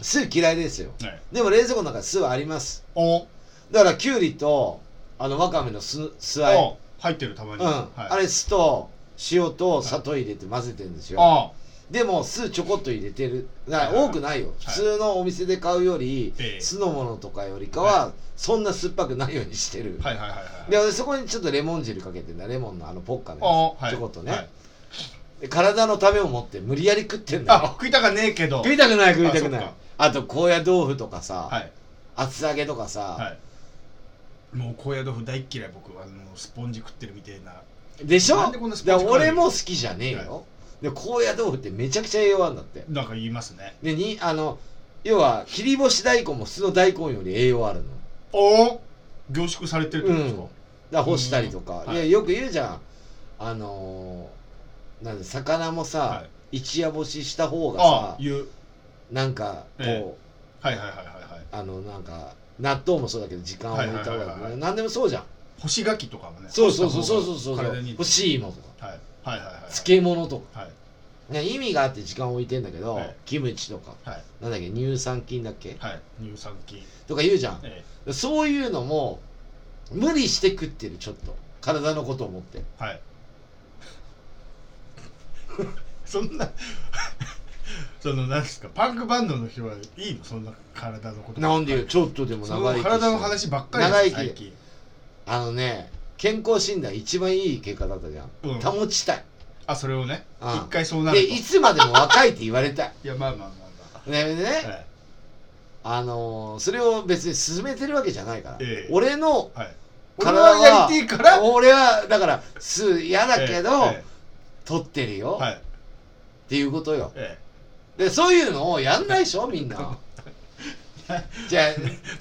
A: 酢嫌いですよ
E: うはい
A: でも冷蔵庫の中に酢はあります
E: お
A: だからきゅうりとあのわかめの酢酢あえ
E: お入ってるたまに
A: うん、
E: はい
A: あれ酢と塩と砂糖入れて混ぜてるんですよ、
E: あ
A: でも酢ちょこっと入れてる
E: はい
A: な
E: はいはい
A: 多くないよ、
E: はい
A: 普通のお店で買うより、
E: ええ
A: 酢のものとかよりかは、そんな酸っぱくないようにしてる、
E: はいはいはいはい
A: で俺そこにちょっとレモン汁かけてんだレモンのあのポッカの
E: お
A: やつ、
E: はい
A: ちょこっとね、
E: はい
A: で体のためを持って無理やり食ってんだ
E: あ
A: よ
E: 食いたかねえけど
A: 食いたくない食いたく
E: あ
A: な
E: そ
A: い
E: っか
A: あと高野豆腐とかさ、
E: はい
A: 厚揚げとかさ、
E: はいもう高野豆腐大っ嫌い僕あのスポンジ食ってるみたいな
A: でしょ
E: なんでこんなスポンジ
A: だから俺も好きじゃねえよ、で高野豆腐ってめちゃくちゃ栄養あるんだって
E: なんか言いますね
A: でにあの要は切り干し大根も普通の大根より栄養あるの
E: おお凝縮されてるってことですか
A: うんだ干したりとか、
E: うん
A: いや
E: はい
A: よく言うじゃんあのーなんで魚もさ、
E: は
A: 一夜干しした方が
E: あ
A: さ
E: 言う
A: なんかこう、
E: えはいはいはいはいはい
A: あのなんか納豆もそうだけど時間を置いた方
E: はいはいはい
A: が
E: はい
A: いい何でもそうじゃん
E: 干し柿とかもね
A: そうそうそうそうそうそう
E: 干した方が体にいい
A: 干し芋とか
E: はいはいはいはい
A: 漬物とか、
E: はい
A: ね、意味があって時間を置いてんだけど、
E: はい
A: キムチとか
E: はい
A: なんだっけ乳酸菌だっけ
E: はい乳酸菌
A: とか言うじゃん
E: え
A: そういうのも無理して食ってるちょっと体のことを思って
E: え はい そんなそのなんですかパンクバンドの人はいいのそんな体のこと
A: なんでよちょっとでも
E: そ
A: 長生き
E: の
A: して
E: 体の話ばっかりです
A: 長生き
E: 最近
A: あのね健康診断一番いい結果だったじゃん、
E: うん
A: 保ちたい
E: あそれをね
A: うん
E: 一回そうなる
A: で
E: と
A: いつまでも若いって言われたい
E: いやまあまあまあ
A: ねね、
E: まあはい
A: あのーそれを別に進めてるわけじゃないから、
E: ええ
A: 俺の
E: はい俺
A: 体は
E: はやりてえから
A: 俺はだからす嫌だけど、
E: え
A: 取ってる
E: え
A: よ、
E: はい
A: っていうことよ
E: え
A: でそういうのをやんないでしょみん なじゃあ
E: え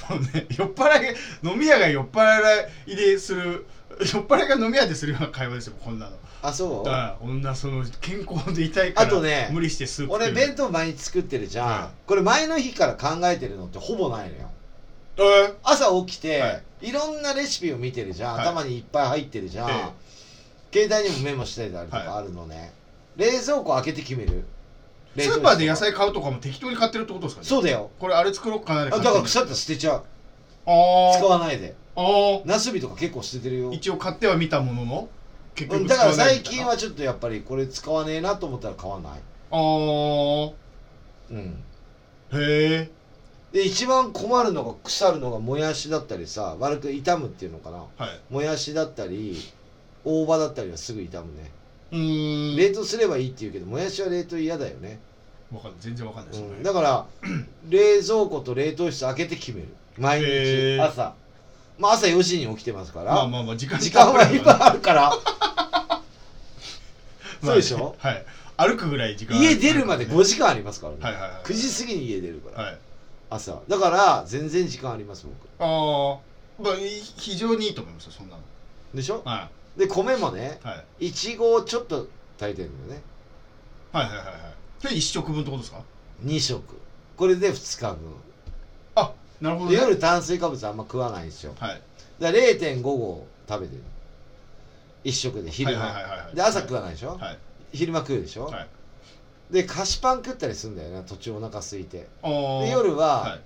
E: もうね酔っ払い飲み屋が酔っ払いでする酔っ払いが飲み屋でするような会話ですよこんなの
A: あそう
E: はい女その健康でいたいから
A: あとね
E: 無理してスープ
A: 俺
E: 食って
A: 弁当毎日作ってるじゃん、
E: は
A: これ前の日から考えてるのってほぼないのよ
E: るええ
A: 朝起きて、、
E: はい
A: ろんなレシピを見てるじゃん、
E: はい
A: 頭にいっぱい入ってるじゃん、
E: え
A: 携帯にもメモしたりだとかあるのね、冷蔵庫開けて決める冷
E: ス
A: 蔵庫
E: ーパーで野菜買うとかも適当に買ってるってことですかね
A: そうだよ
E: これあれ作ろうかな
A: あ
E: で買
A: だ
E: って
A: か
E: ん
A: ら
E: の
A: 腐ったら捨てちゃう
E: あ
A: 使
E: ー
A: わないで
E: あー
A: ナスビとか結構捨ててるよ
E: 一応買ってはみたものの結
A: うん
E: 局
A: だ
E: 使
A: から
E: わない
A: 最
E: みたい
A: 近
E: な
A: はちょっとやっぱりこれ使わねえなと思ったら買わない
E: あ
A: うん
E: あへえ
A: で一番困るのが腐るのがもやしだったりさ悪く傷むっていうのかな
E: はい
A: もやしだったり大葉だったりはすぐ傷むね
E: うーん
A: 冷凍すればいいって言うけどもやしは冷凍嫌だよね、
E: わかんない全然わかんないですよね
A: うんだ から冷蔵庫と冷凍室開けて決める毎
E: へ
A: 日
E: ー
A: 朝まあ朝4時に起きてますから、
E: まあまあ まあ時間
A: 時間はいっぱい
E: い
A: あるからそうでしょ
E: はい歩くぐらい時間
A: 家出るまで5
E: 時
A: 時間ありますからね、
E: はいはいはい
A: 9時過ぎに家出るから、
E: はい
A: 朝だから全然時間あります僕
E: ああまあい非常にいいと思いますよそんなの
A: でしょ
E: は
A: で米もね
E: いはい
A: いちごをちょっと炊いてるのね
E: はいはいはいはいそれ一食分ってことですか
A: 2食これで2日分
E: あなるほど
A: で
E: ね
A: 夜炭水化物あんま食わないんですよ
E: はい
A: だから0.5合食べてる1食で昼間、
E: はいはいはいはいはい
A: で朝食わないでしょ、
E: はい
A: 昼間食うでしょ、
E: はい
A: で菓子パン食ったりするんだよね途中お腹空いて
E: あー
A: で夜は、
E: はい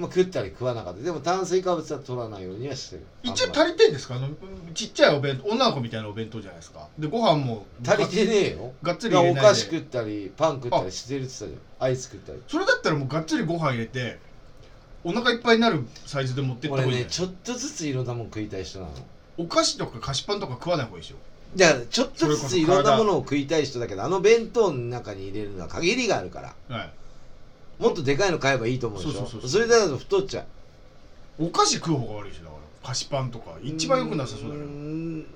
A: まあ、食ったり食わなかったでも炭水化物は取らないようにはしてる
E: 一応
A: あんま
E: 足りてんですかあのちっちゃいお弁当女の子みたいなお弁当じゃないですかでご飯も
A: り足りてねえよ
E: がっつ
A: だ
E: り
A: から
E: 入れ
A: お
E: ないで
A: 菓子食ったりパン食ったりしてるって言ってたじゃんアイス食ったり
E: それだったらもうがっつりご飯入れてお腹いっぱいになるサイズで持ってった方が
A: 俺
E: いいんじ
A: ね
E: ゃない
A: ちょっとずついろんなもの食いたい人なの
E: お菓子とか菓子パンとか食わない方がいいでしょ
A: だからちょっとずついろんなものを食いたい人だけどあの弁当の中に入れるのは限りがあるから
E: はい
A: もっとでかいの買えばいいと思うでしょ
E: そうそうそう
A: それだと太っちゃう
E: お菓子食う方が悪いでしょだから菓子パンとか一番良くなさそうだけ
A: う
E: ど
A: ーん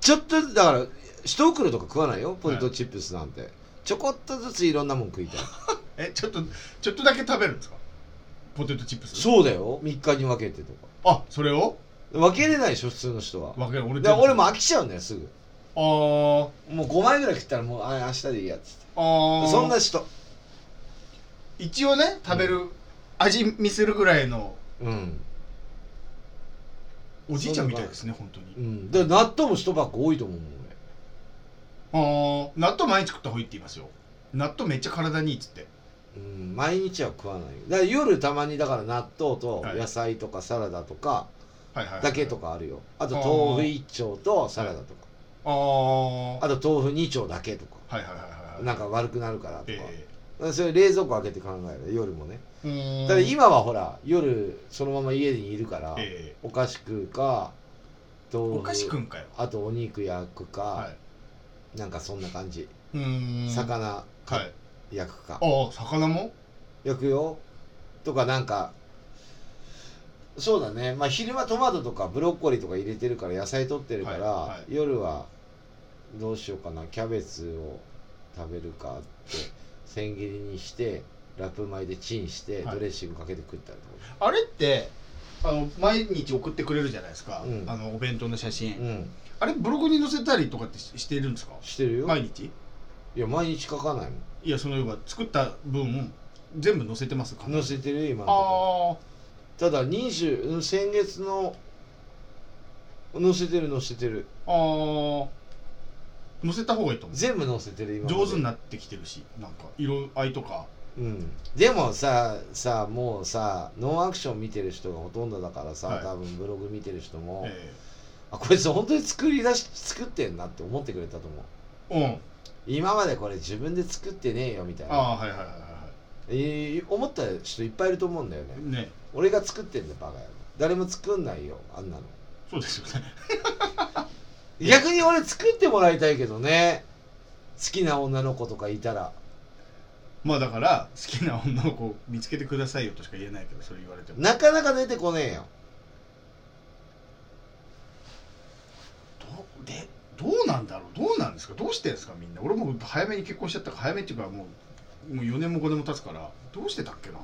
A: ちょっとだから一袋とか食わないよポテトチップスなんて、ちょこっとずついろんなもん食い たい
E: えちょっとちょっとだけ食べるんですかポテトチップス
A: そうだよ3日に分けてとか
E: あそれを
A: 分けれないでしょ普通の人は
E: 分ける俺
A: で俺も
E: あ
A: 飽きちゃうんだよすぐ
E: ー
A: もう5枚ぐらい食ったらもうあ明日でいいやっつって
E: あー
A: そんな人
E: 一応ね食べる、味見せるぐらいの
A: うん、
E: おじいちゃんみたいですね本当に
A: うん、だから納豆も一パック多いと思うもん俺
E: あー納豆毎日食った方がいいって言いますよ納豆めっちゃ体にいいっつって
A: うん、毎日は食わないよだから夜たまにだから納豆と
E: はい
A: 野菜とかサラダとか
E: はいはいはい
A: だけとかあるよあと豆腐一丁とサラダとか
E: ああ
A: あと豆腐2丁だけとか
E: はいはいはいはい
A: なんか悪くなるからとか、
E: え
A: それ冷蔵庫開けて考える夜もね
E: え
A: だから今はほら夜そのまま家にいるから、
E: え
A: お菓子食うか
E: え
A: 豆
E: お菓子く
A: 腐
E: んかよ
A: あとお肉焼くか、
E: は
A: なんかそんな感じ
E: いうーん
A: 魚か
E: はい
A: 焼くか
E: ああ魚も
A: 焼くよとかなんかそうだねまあ昼間トマトとかブロッコリーとか入れてるから野菜取ってるから、
E: はいはい
A: 夜はどうしようかなキャベツを食べるかって千切りにしてラップ巻いてチンして
E: はい
A: ドレッシングかけて食ったりとか、
E: あれってあの毎日送ってくれるじゃないですか、
A: うん
E: あのお弁当の写真、
A: うん
E: あれブログに載せたりとかってししてるんですか
A: してるよ、
E: 毎
A: い、
E: 日
A: や毎日書かない
E: いやその要は作った分全部載せてますか
A: もん載せてるよ今のとこ
E: あ
A: ただ20うん先月の載せてる載せてる
E: あああ載せた方がいいと思う
A: 全部載せてる今まで
E: 上手になってきてるしなんか色合いとか
A: うん、でもささもうさノンアクション見てる人がほとんどだからさ、
E: はい
A: 多分ブログ見てる人も、
E: え
A: あこいつ本当に作り出し作ってんなって思ってくれたと思う
E: えうん
A: 今までこれ自分で作ってねえよみたいな、
E: ああーはいはいはいは
A: えー思った人いっぱいいると思うんだよね
E: いね
A: 俺が作ってんだよバカ野郎誰も作んないよあんなの
E: そうですよね
A: 逆に俺作ってもらいたいけどね好きな女の子とかいたら
E: まあだから好きな女の子を見つけてくださいよとしか言えないけどそれ言われても
A: なかなか出てこねえよ
E: どうでどうなんだろうどうなんですかどうしてですかみんな俺も早めに結婚しちゃったから早めっていうかもうもう4年も5年も経つからどうしてたっけな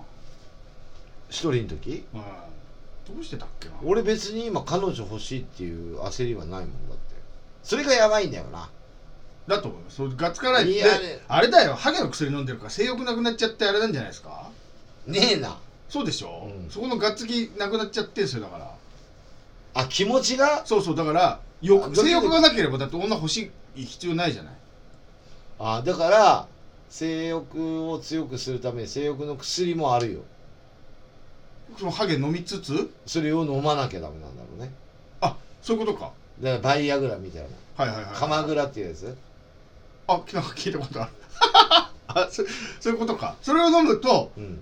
A: 一人の時
E: うんどうしてたっけな
A: 俺別に今彼女欲しいっていう焦りはないもんだってそれがやばいんだよな
E: だと思いますそうガッツカラい
A: い
E: で
A: やあれ
E: あれだよハゲの薬飲んでるから性欲なくなっちゃってあれなんじゃないですか
A: ねえな
E: そうでしょ、
A: うん
E: そこのガッツキなくなっちゃってんすよだから
A: あ気持ちが
E: そうそうだから
A: あ
E: 欲
A: どっちで
E: 性欲がなければだって女欲しい必要ないじゃない
A: あだから性欲を強くするために性欲の薬もあるよ
E: そのハゲ飲みつつ
A: それを飲まなきゃダメなんだろうね
E: あそういうことか
A: だからバイアグラみたいな
E: はいはいはい
A: 鎌倉っていうやつ
E: あなんか聞いたことある あそそういうことかそれを飲むと
A: うん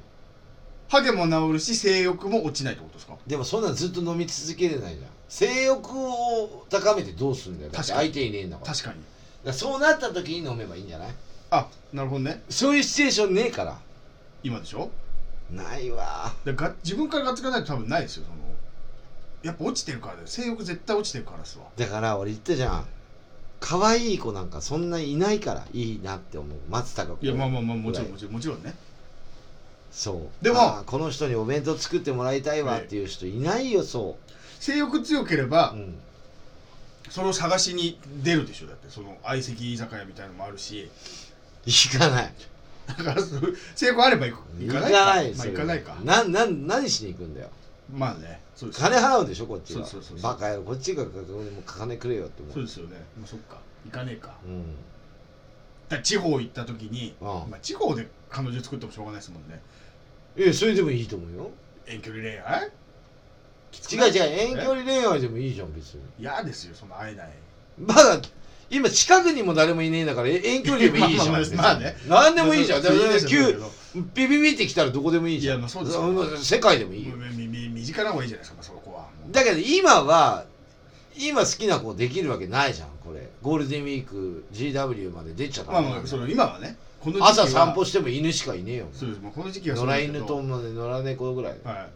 E: ハゲも治るし性欲も落ちないってことですか
A: でもそんなんずっと飲み続けれないじゃん性欲を高めてどうすんだよだって
E: 確かに
A: 相手いねえんだから
E: 確かに
A: だからそうなった時に飲めばいいんじゃない
E: あなるほどね
A: そういうシチュエーションねえから
E: 今でしょ
A: ないわ
E: でが自分からガッツかないと多分ないですよそのやっぱ落ちてるからだよ性欲絶対落ちてるからですわ
A: だから俺言ったじゃん可愛い子なんかそんないないからいいなって思う松たか子
E: いやまあまあまあもちろん
A: ぐら
E: も
A: い
E: ちろんもちろんね
A: そう
E: でも
A: あーこの人にお弁当作ってもらいたいわっていう人いないよそ
E: 性欲強けれ
A: う、
E: ば
A: うん、
E: それを探しに出るでしょだってその相席居酒屋みたいのもあるし
A: 行かない
E: だからそう性欲あれば行く
A: 行か
E: か
A: ない
E: まあ
A: それ
E: 行かないか
A: ななん何しに行くんだよ
E: まあねそうです
A: 金払うんでしょこっちは
E: そうそうそうそう
A: バカやろこっちがかもう金くれよって思う
E: そうですよねまあそっか行かねえかだか
A: うん
E: ら地方行った時に、
A: ああ
E: まあ、地方で彼女作ってもしょうがないですもんね
A: いやそれでもいいと思うよ
E: 遠距離恋愛きつく
A: 違
E: ないう
A: 違う遠距離恋愛でもいいじゃん別に
E: 嫌ですよその会えない
A: まだ今近くにも誰もいねえんだからえ遠距離でもいいじゃん
E: まあまあ
A: 別に
E: まあね
A: 何でもいいじゃん
E: まあそう
A: で
E: そう
A: 急
E: 言いましたけど
A: ビビビってきたらどこでもいいじゃん
E: いやまあそうですよ
A: ん世界でもいいよ
E: もうみみ身近な方がいいじゃないですか、まあ、そこはもう
A: だけど今は今好きな子できるわけないじゃんこれゴールデンウィーク GW まで出ちゃった
E: まあまあその今はねこの時期は
A: 朝散歩しても犬しかいねえよ
E: そうですもうこの時期はそ
A: 野
E: うだ
A: 良
E: けど
A: 犬とまで野良猫ぐらい
E: は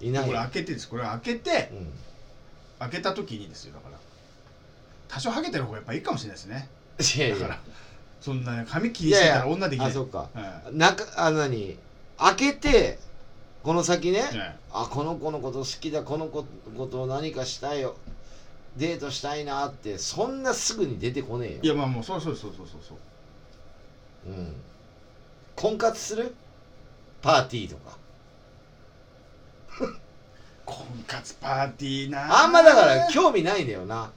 E: い
A: いない
E: これ
A: よ
E: 開けてですこれ開けて
A: うん
E: 開けた時にですよだから多少ハゲてる方がやっぱいいかもしれないですね
A: いや
E: だ
A: い
E: から
A: や
E: そんなね髪
A: い
E: 切りして
A: やい
E: たら
A: や
E: 女できない
A: あそっか
E: は
A: 中あ何開けてこの先ね
E: いね
A: あこの子のこと好きだこの子のことを何かしたいよデートしたいなってそんなすぐに出てこねえよ
E: いやまあもうそうそうそうそうそうそう
A: うん、婚活するパーティーとか
E: 婚活パーティーな
A: あんまだから興味ないんだよな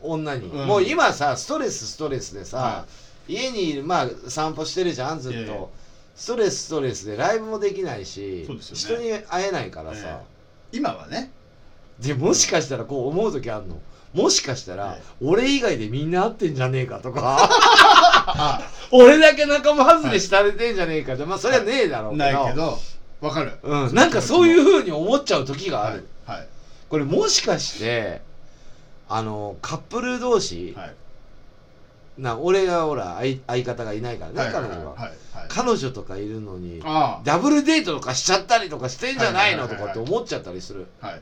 A: 女に、
E: うん
A: もう今さストレスストレスでさ、
E: は
A: 家にいるまあ散歩してるじゃんずっと、
E: ええ
A: ストレスストレスでライブもできないし、
E: そうです
A: 人
E: よ
A: に
E: ね
A: 会えないからさ、
E: 今はね
A: でもしかしたらこう思う時あるのもしかしたら、
E: ええ
A: 俺以外でみんな会ってんじゃねえかとか
E: あ
A: 俺だけ仲間外れしたれてんじゃねえかって、まあそれはねえだろうけど,、
E: ないけどわかる
A: うん、なんかそういうふうに思っちゃう時がある、
E: はいはい
A: これもしかしてあのカップル同士、
E: はい
A: な俺がほら相相方がいないからね、
E: はいはい
A: 彼
E: はい
A: 女が、
E: はいはい
A: 彼女とかいるのに
E: あ
A: ダブルデートとかしちゃったりとかしてんじゃないの
E: はい
A: と
E: はいは
A: か
E: い
A: っ
E: はい
A: て思っちゃったりする、
E: あはい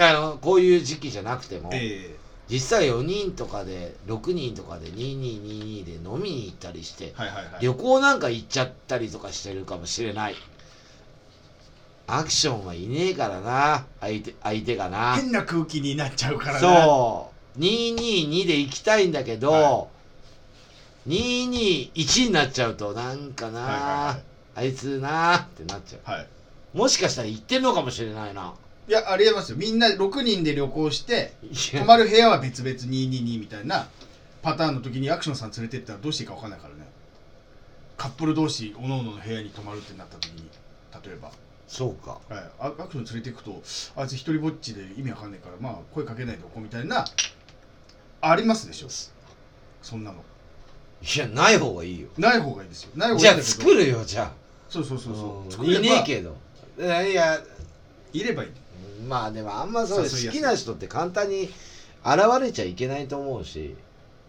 A: あのこういう時期じゃなくても、
E: え
A: 実際4人とかで6人とかで2222で飲みに行ったりして
E: え、はいはいはい
A: 旅行なんか行っちゃったりとかしてるかもしれないアクションはいねえからな相手相手がな
E: 変な空気になっちゃうからね
A: そう222で行きたいんだけど、
E: は
A: 221になっちゃうとなんかな、
E: はいは
A: あいつなってなっちゃ
E: いはいはいう
A: もしかしたら行ってんのかもしれないない
E: やありえますよみんな6人で旅行して
A: い
E: 泊
A: や
E: まる部屋は別々222みたいなパターンの時にアクションさん連れてったらどうしていいか分かんないからねカップル同士おのおのの部屋に泊まるってなった時に例えば、
A: そうか
E: はい、アアクション連れていくとあいつ一人ぼっちで意味わかんないからまあ声かけないでおこうみたいなありますでしょそんなの
A: いやない方がいいよ
E: ない方がいいですよない方
A: じ
E: がい
A: ゃ
E: いん
A: あ
E: だけど
A: 作るよじゃ
E: そうそうそう
A: あ
E: そう
A: う
E: 作
A: ん
E: れ
A: い
E: ば
A: ねえけどいやいや
E: いればいい
A: まあでもあんまそう
E: 誘いやすい
A: 好きな人って簡単に現れちゃいけないと思うし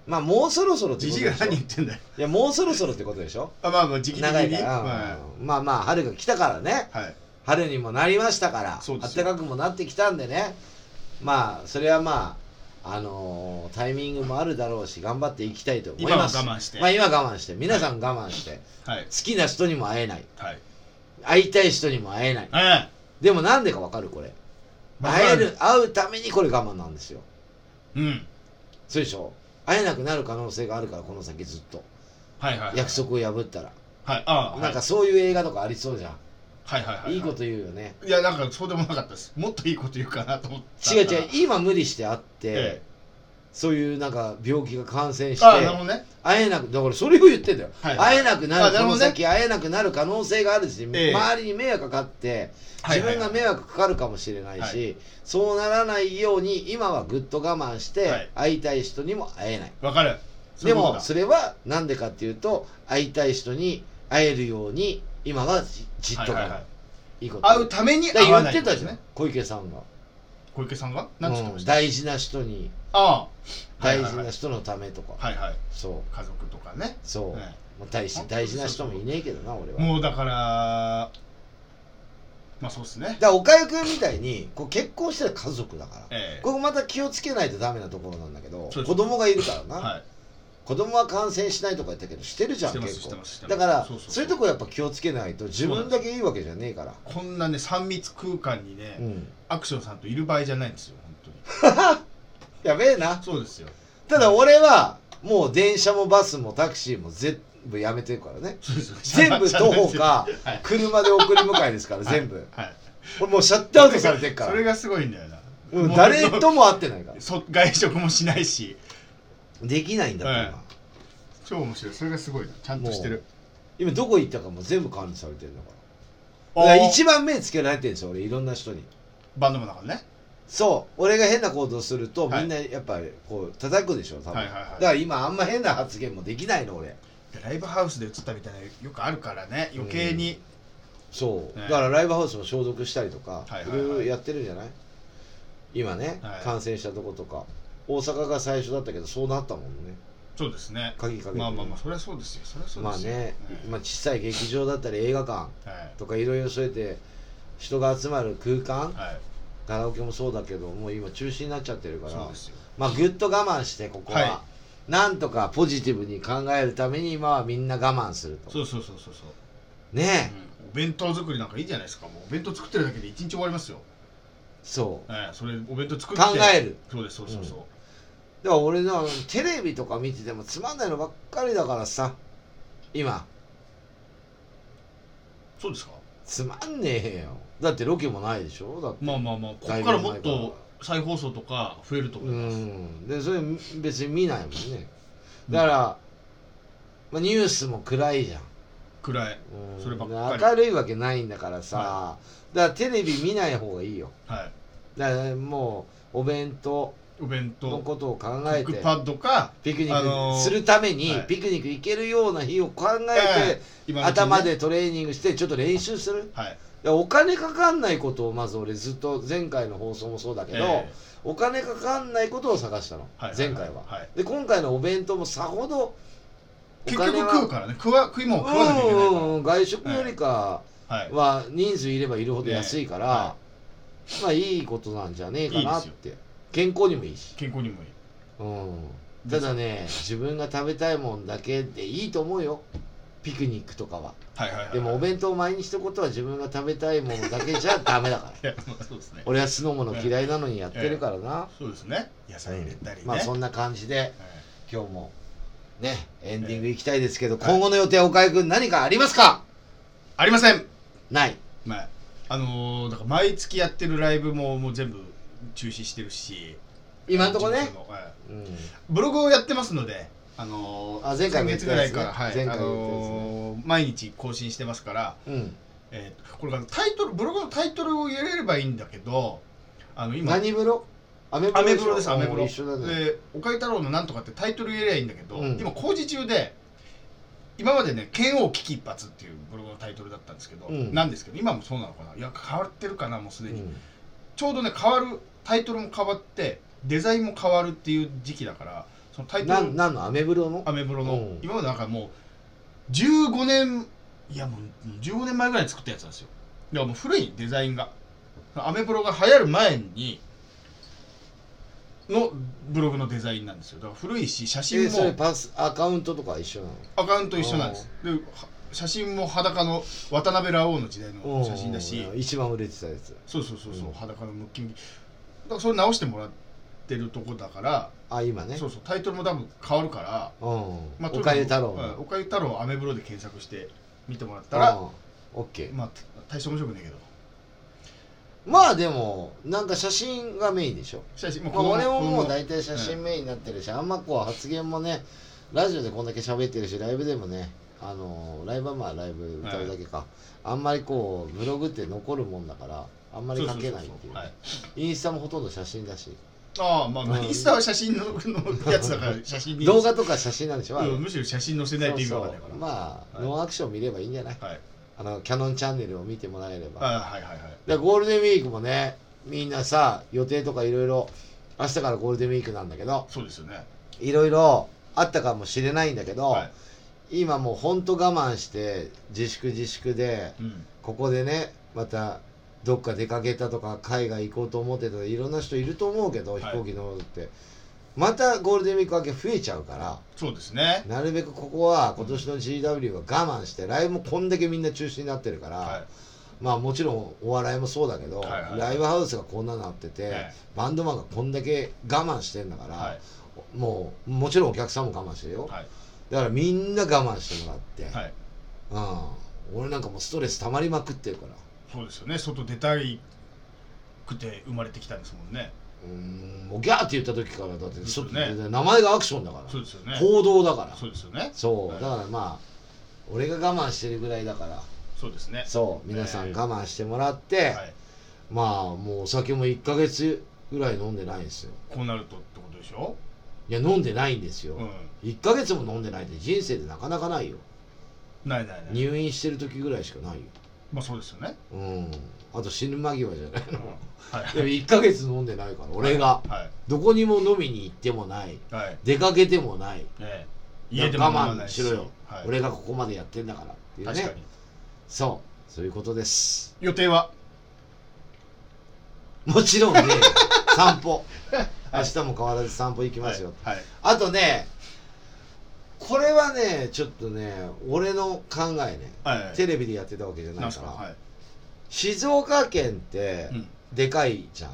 A: まあもうそろそろって
E: じ
A: ことで
E: じが
A: しょ
E: 何言
A: い
E: ってんだよ
A: やもうそろそろってことでしょ
E: あまあまあ時期的
A: 長い
E: に
A: から、
E: は
A: まあまあ春が来たからね
E: い、はい、
A: 春にもなりましたから
E: そうです
A: 暖
E: よ
A: かくもなってきたんでねまあそれはまああのータイミングもあるだろうし頑張っていきたいと思い
E: 今は
A: ま
E: 我
A: す
E: 慢して
A: ま
E: は
A: あ
E: い
A: 今我慢して皆さん我慢して、好
E: はい
A: きな人にも会えない
E: はい
A: 会いたい人にも会えない
E: はい
A: でもなんでかわかるこれ会える会うためにこれ我慢なんですよ
E: うん
A: そうでしょ会えなくなる可能性があるからこの先ずっと
E: はいはいはい
A: 約束を破ったら、
E: はいああ
A: なん
E: は
A: かそういう映画とかありそうじゃん、
E: いはいはいはい
A: いこと言うよね
E: いやなんかそうでもなかったですもっといいこと言うかなと思った
A: 違う違う
E: え
A: 今無理して会って、
E: え
A: そういうなんか病気が感染し
E: ああなるほ
A: て
E: どね
A: 会えなくだからそれを言ってんだよ、
E: はい
A: 会えなくな
E: あ
A: る
E: なる
A: こ
E: ほ
A: の
E: どね
A: 先会えなくなる可能性があるし、
E: ええ
A: 周りに迷惑かかって
E: はい
A: 自
E: はい
A: 分が迷惑かかるかもしれないし、
E: はい
A: そうならないように今はぐっと我慢して、
E: はい
A: 会いたい人にも会えない
E: わかるそう
A: で
E: いうこと
A: も
E: だ
A: それはなんでかっていうと会いたい人に会えるように今はじじっと我慢、い
E: はいはいはいい
A: こと
E: 会うために
A: だ
E: 会
A: から
E: わ
A: 言
E: な
A: っ
E: い
A: てた
E: こと
A: じゃ
E: で
A: ん、
E: すね
A: 小池さんが、
E: 小池さんが何て言って
A: う
E: ま
A: ん
E: した
A: 大事な人に
E: ああ
A: 大事な
E: はい
A: 人のためとか、
E: はいはい
A: そう
E: 家族とかね
A: そう、
E: ええ
A: もう大し
E: 本当に
A: 大事な人もいねえけどな俺は
E: もうだからまあそうですね
A: だから岡井君みたいにこう結婚してる家族だから
E: ええ
A: ここまた気をつけないとダメなところなんだけど
E: そうで
A: 子
E: す
A: 供がいるからな、
E: はい
A: 子供は感染しないとか言ったけどしてるじゃ
E: し
A: ん
E: てます
A: 結
E: し
A: 構
E: てますしてます
A: だから
E: そ
A: そうう
E: そう
A: いうとこやっぱ気をつけないと自分だけいいわけじゃねえから
E: こんなね3密空間にね、
A: うん
E: アクションさんといる場合じゃないんですよ本当に
A: やべえな
E: そうですよ
A: ただ俺はもう電車もバスもタクシーも全部やめてるからね
E: そうですよ
A: 全部徒歩か
E: はい
A: 車で送り迎えですから全部
E: はい
A: 俺もうシャットアウトされてるか
E: それ
A: ら
E: がすごいんだよな、
A: うん
E: もう
A: 誰とも会ってないから
E: そ 外食もしないし
A: できないんだって今、
E: はい超面白いそれがすごいなちゃんとしてる
A: 今どこ行ったかも全部管理されてるんだから
E: あ
A: だ
E: ー
A: から一番目つけられてるんですよ俺いろんな人に
E: バンドもだからね
A: そう俺が変な行動すると
E: はい
A: みんなやっぱりこう叩くでしょ多分、
E: はいはいはい
A: だから今あんま変な発言もできないの俺
E: ライブハウスで映ったみたいなのよくあるからね余計に、
A: そう、
E: ね
A: だからライブハウスも消毒したりとか、
E: はい
A: い
E: はいはい
A: ろいろやってるんじゃない今ね、
E: はい
A: 感染したとことか大阪が最初だったけどそうなったもんね
E: そうですね
A: 鍵かけて
E: まあまあまあそりゃそうですよそりゃそう
A: ま
E: で
A: あ
E: すよ
A: ね、まあ、小さい劇場だったり映画館
E: はい
A: とかいろいろそうやって人が集まる空間、
E: はい
A: カラオケもそうだけどもう今中止になっちゃってるから
E: そうですよ
A: まあぐっと我慢してここは、
E: は
A: なんとかポジティブに考えるために今はみんな我慢すると
E: そうそうそうそうそう
A: ねえ、
E: うんお弁当作りなんかいいじゃないですかもうお弁当作ってるだけで一日終わりますよ、
A: そう
E: ええ、それお弁当作って
A: 考える
E: そうですそうそうそう、
A: だから俺のテレビとか見ててもつまんないのばっかりだからさ今
E: そうですか
A: つまんねえよだってロケもないでしょだって
E: まあまあまあこ
A: だ
E: こ
A: い
E: か
A: ぶ
E: ら
A: 前
E: もっと再放送とか増えると思
A: う
E: います、
A: んでそれ別に見ないもんねだから、まあ、ニュースも暗いじゃん
E: くらい
A: うん
E: そればっかり
A: 明るいわけないんだからさ、
E: は
A: だからテレビ見ない方がいいよ
E: はい
A: だからもうお弁当
E: お弁
A: の
E: 当ク
A: ことを考え
E: ッ
A: て
E: クパッドか
A: ピクニ
E: あの
A: ッ
E: ー
A: クするために、
E: はい
A: ピクニック行けるような日を考え
E: え
A: て、
E: 今のうちにね
A: 頭でトレーニングしてちょっと練習する
E: はい
A: いやお金かかんないことをまず俺ずっと前回の放送もそうだけど、
E: え
A: お金かかんないことを探したの、
E: はいはいはい
A: 前回は、
E: はい
A: で今回のお弁当もさほど
E: え結局食うからね食わ食いもんを食わなきゃいけ
A: う
E: ない
A: んう
E: か
A: んうん外食よりか
E: らはい
A: は人数いればいるほど安いから、
E: は
A: まあいいことなんじゃねえかなって
E: いい
A: 健康にもいいし、
E: 健康にもいい
A: うん、ただね自分が食べたいもんだけでいいと思うよピクニックとかは
E: はいはいはい
A: でもお
E: 弁
A: 弁当を毎日とことは自分が食べたいものだけじゃダメだから
E: いやまあそうですね
A: 俺は酢の物嫌いなのにやってるからな、
E: そうですね野菜入れたりね
A: まあそ
E: は
A: んな感じで
E: い
A: 今日もねエンディングいきたいですけど、今後の予定岡井君何かありますか
E: ありません
A: ない
E: まああのーだから毎月やってるライブももう全部中止してるし
A: 今んとこね、
E: はい
A: うん、
E: ブログをやってますので、あのー
A: あ前回も言った
E: 先月ぐら
A: やつ
E: い
A: ね
E: から、はい
A: 前回も言ったやつね
E: あのー毎日更新してますから、
A: うん、
E: えーこれがタイトルブログのタイトルを入れればいいんだけどあの今
A: 何風呂アメ
E: ア
A: 風呂
E: メ
A: でしょ
E: ブロですアメブロ
A: 一緒だね
E: で「おかゆ太郎のなんとか」ってタイトル入れればいいんだけど、
A: うん
E: 今工事中で今までね「剣王危機一発」っていうブログのタイトルだったんですけど、
A: うん
E: なんですけど今もそうなのかないや変わってるかなもうすで
A: う
E: に、
A: ん
E: ちょうどね変わるタイトルも変わってデザインも変わるっていう時期だからそのタイト
A: な
E: ル
A: んなんのアメブロの
E: アメブロの、
A: うん
E: 今までなんかもう15年いやもう15年前ぐらいに作ったやつなんですよいやもう古いデザインがアメブロが流行る前にのブログのデザインなんですよだから古いし写真
A: えそれ
E: も
A: パスアカウントとか一緒なの
E: アカウント一緒なんですでは写真も裸の渡辺ラオウの時代の写真だし
A: うん一番売れてたやつ
E: そうそうそうそう、
A: うん
E: 裸のムッキムキだからそれ直してもらってるとこだから、
A: あ今ね
E: そうそうタイトルも多分変わるから
A: うん、
E: まあ
A: おかゆ太郎
E: うん
A: の
E: おかゆ太郎アメブロで検索して見てもらったら、
A: うんオッケー
E: まあ大して面白くないけど
A: まあでもなんか写真がメインでしょ、
E: 写真も
A: まあ、俺ももう
E: 大
A: 大体写真メインになってるし、あんまこう発言もねラジオでこんだけ喋ってるしライブでもねあのーライブはまあライブ歌うだけか、あんまりこうブログって残るもんだからあんまり書けないっていう
E: はい、
A: インスタもほとんど写真だし
E: ああまあまあ、
A: うん
E: インスタは写真ののやつだから写真に
A: 動画とか写真なんでしょ、あれ
E: うんむしろ写真載せないと意味がわかんないから
A: まあ、
E: はい
A: ノンアクション見ればいいんじゃない
E: はい
A: あのキャノンチャンネルを見てもらえれば、
E: ああはいはいはい
A: でゴールデンウィークもねみんなさ予定とかいろいろ明日からゴールデンウィークなんだけど
E: そうですよね
A: いろいろあったかもしれないんだけど、
E: はい
A: 今もうほんと我慢して自粛自粛で
E: うん
A: ここでねまたどっか出かけたとか海外行こうと思ってたいろんな人いると思うけど
E: はい
A: 飛行機乗るって、またゴールデンウィーク明け増えちゃうから
E: そうですね
A: なるべくここは今年の GW は我慢してライブもこんだけみんな中止になってるから、
E: は
A: まあもちろんお笑いもそうだけど、
E: はいはい
A: ライブハウスがこんななってて、
E: え
A: バンドマンがこんだけ我慢してんだか
E: い
A: ら、
E: はい
A: もうもちろんお客さんも我慢してるよ、
E: はい
A: だからみんな我慢してもらって、
E: はい
A: うん、俺なんかもうストレス溜まりまくってるから
E: そうですよね外出たいくて生まれてきたんですもんね
A: うんもうギャーって言った時からだって
E: そうですよ
A: 名前がアクションだから、
E: そうですよね
A: 行動だから
E: そうですよね
A: そう、
E: はい
A: だからまあ俺が我慢してるぐらいだから
E: そうですね
A: そう皆さん我慢してもらって、
E: はい
A: まあもうお酒も1ヶ月ぐらい飲んでないんですよ
E: こうなるとってことでしょ
A: いや飲んでないんですよ、
E: うん
A: 1ヶ月も飲んでないって人生でなかなかないよ
E: ないないない
A: 入院してる時ぐらいしかないよ
E: まあそうですよね
A: うんあと死ぬ間際じゃない
E: はい
A: でも1ヶ月飲んでないから俺が
E: は
A: どこにも飲みに行ってもない
E: いはい
A: 出かけてもない
E: ええ
A: 我
E: 家でも飲まな
A: 慢
E: い
A: しろよ、
E: はい
A: 俺がここまでやってんだからっていう
E: 確か
A: ね
E: に
A: そうそういうことです
E: 予定は
A: もち ろんね散歩明日も変わらず散歩行きますよ、
E: はいはい
A: あとねこれはねちょっとね俺の考えね
E: はいはい
A: テレビでやってたわけじゃな
E: ないん
A: か
E: す
A: ら、
E: かはい
A: 静岡県って
E: うん
A: でかいじゃん、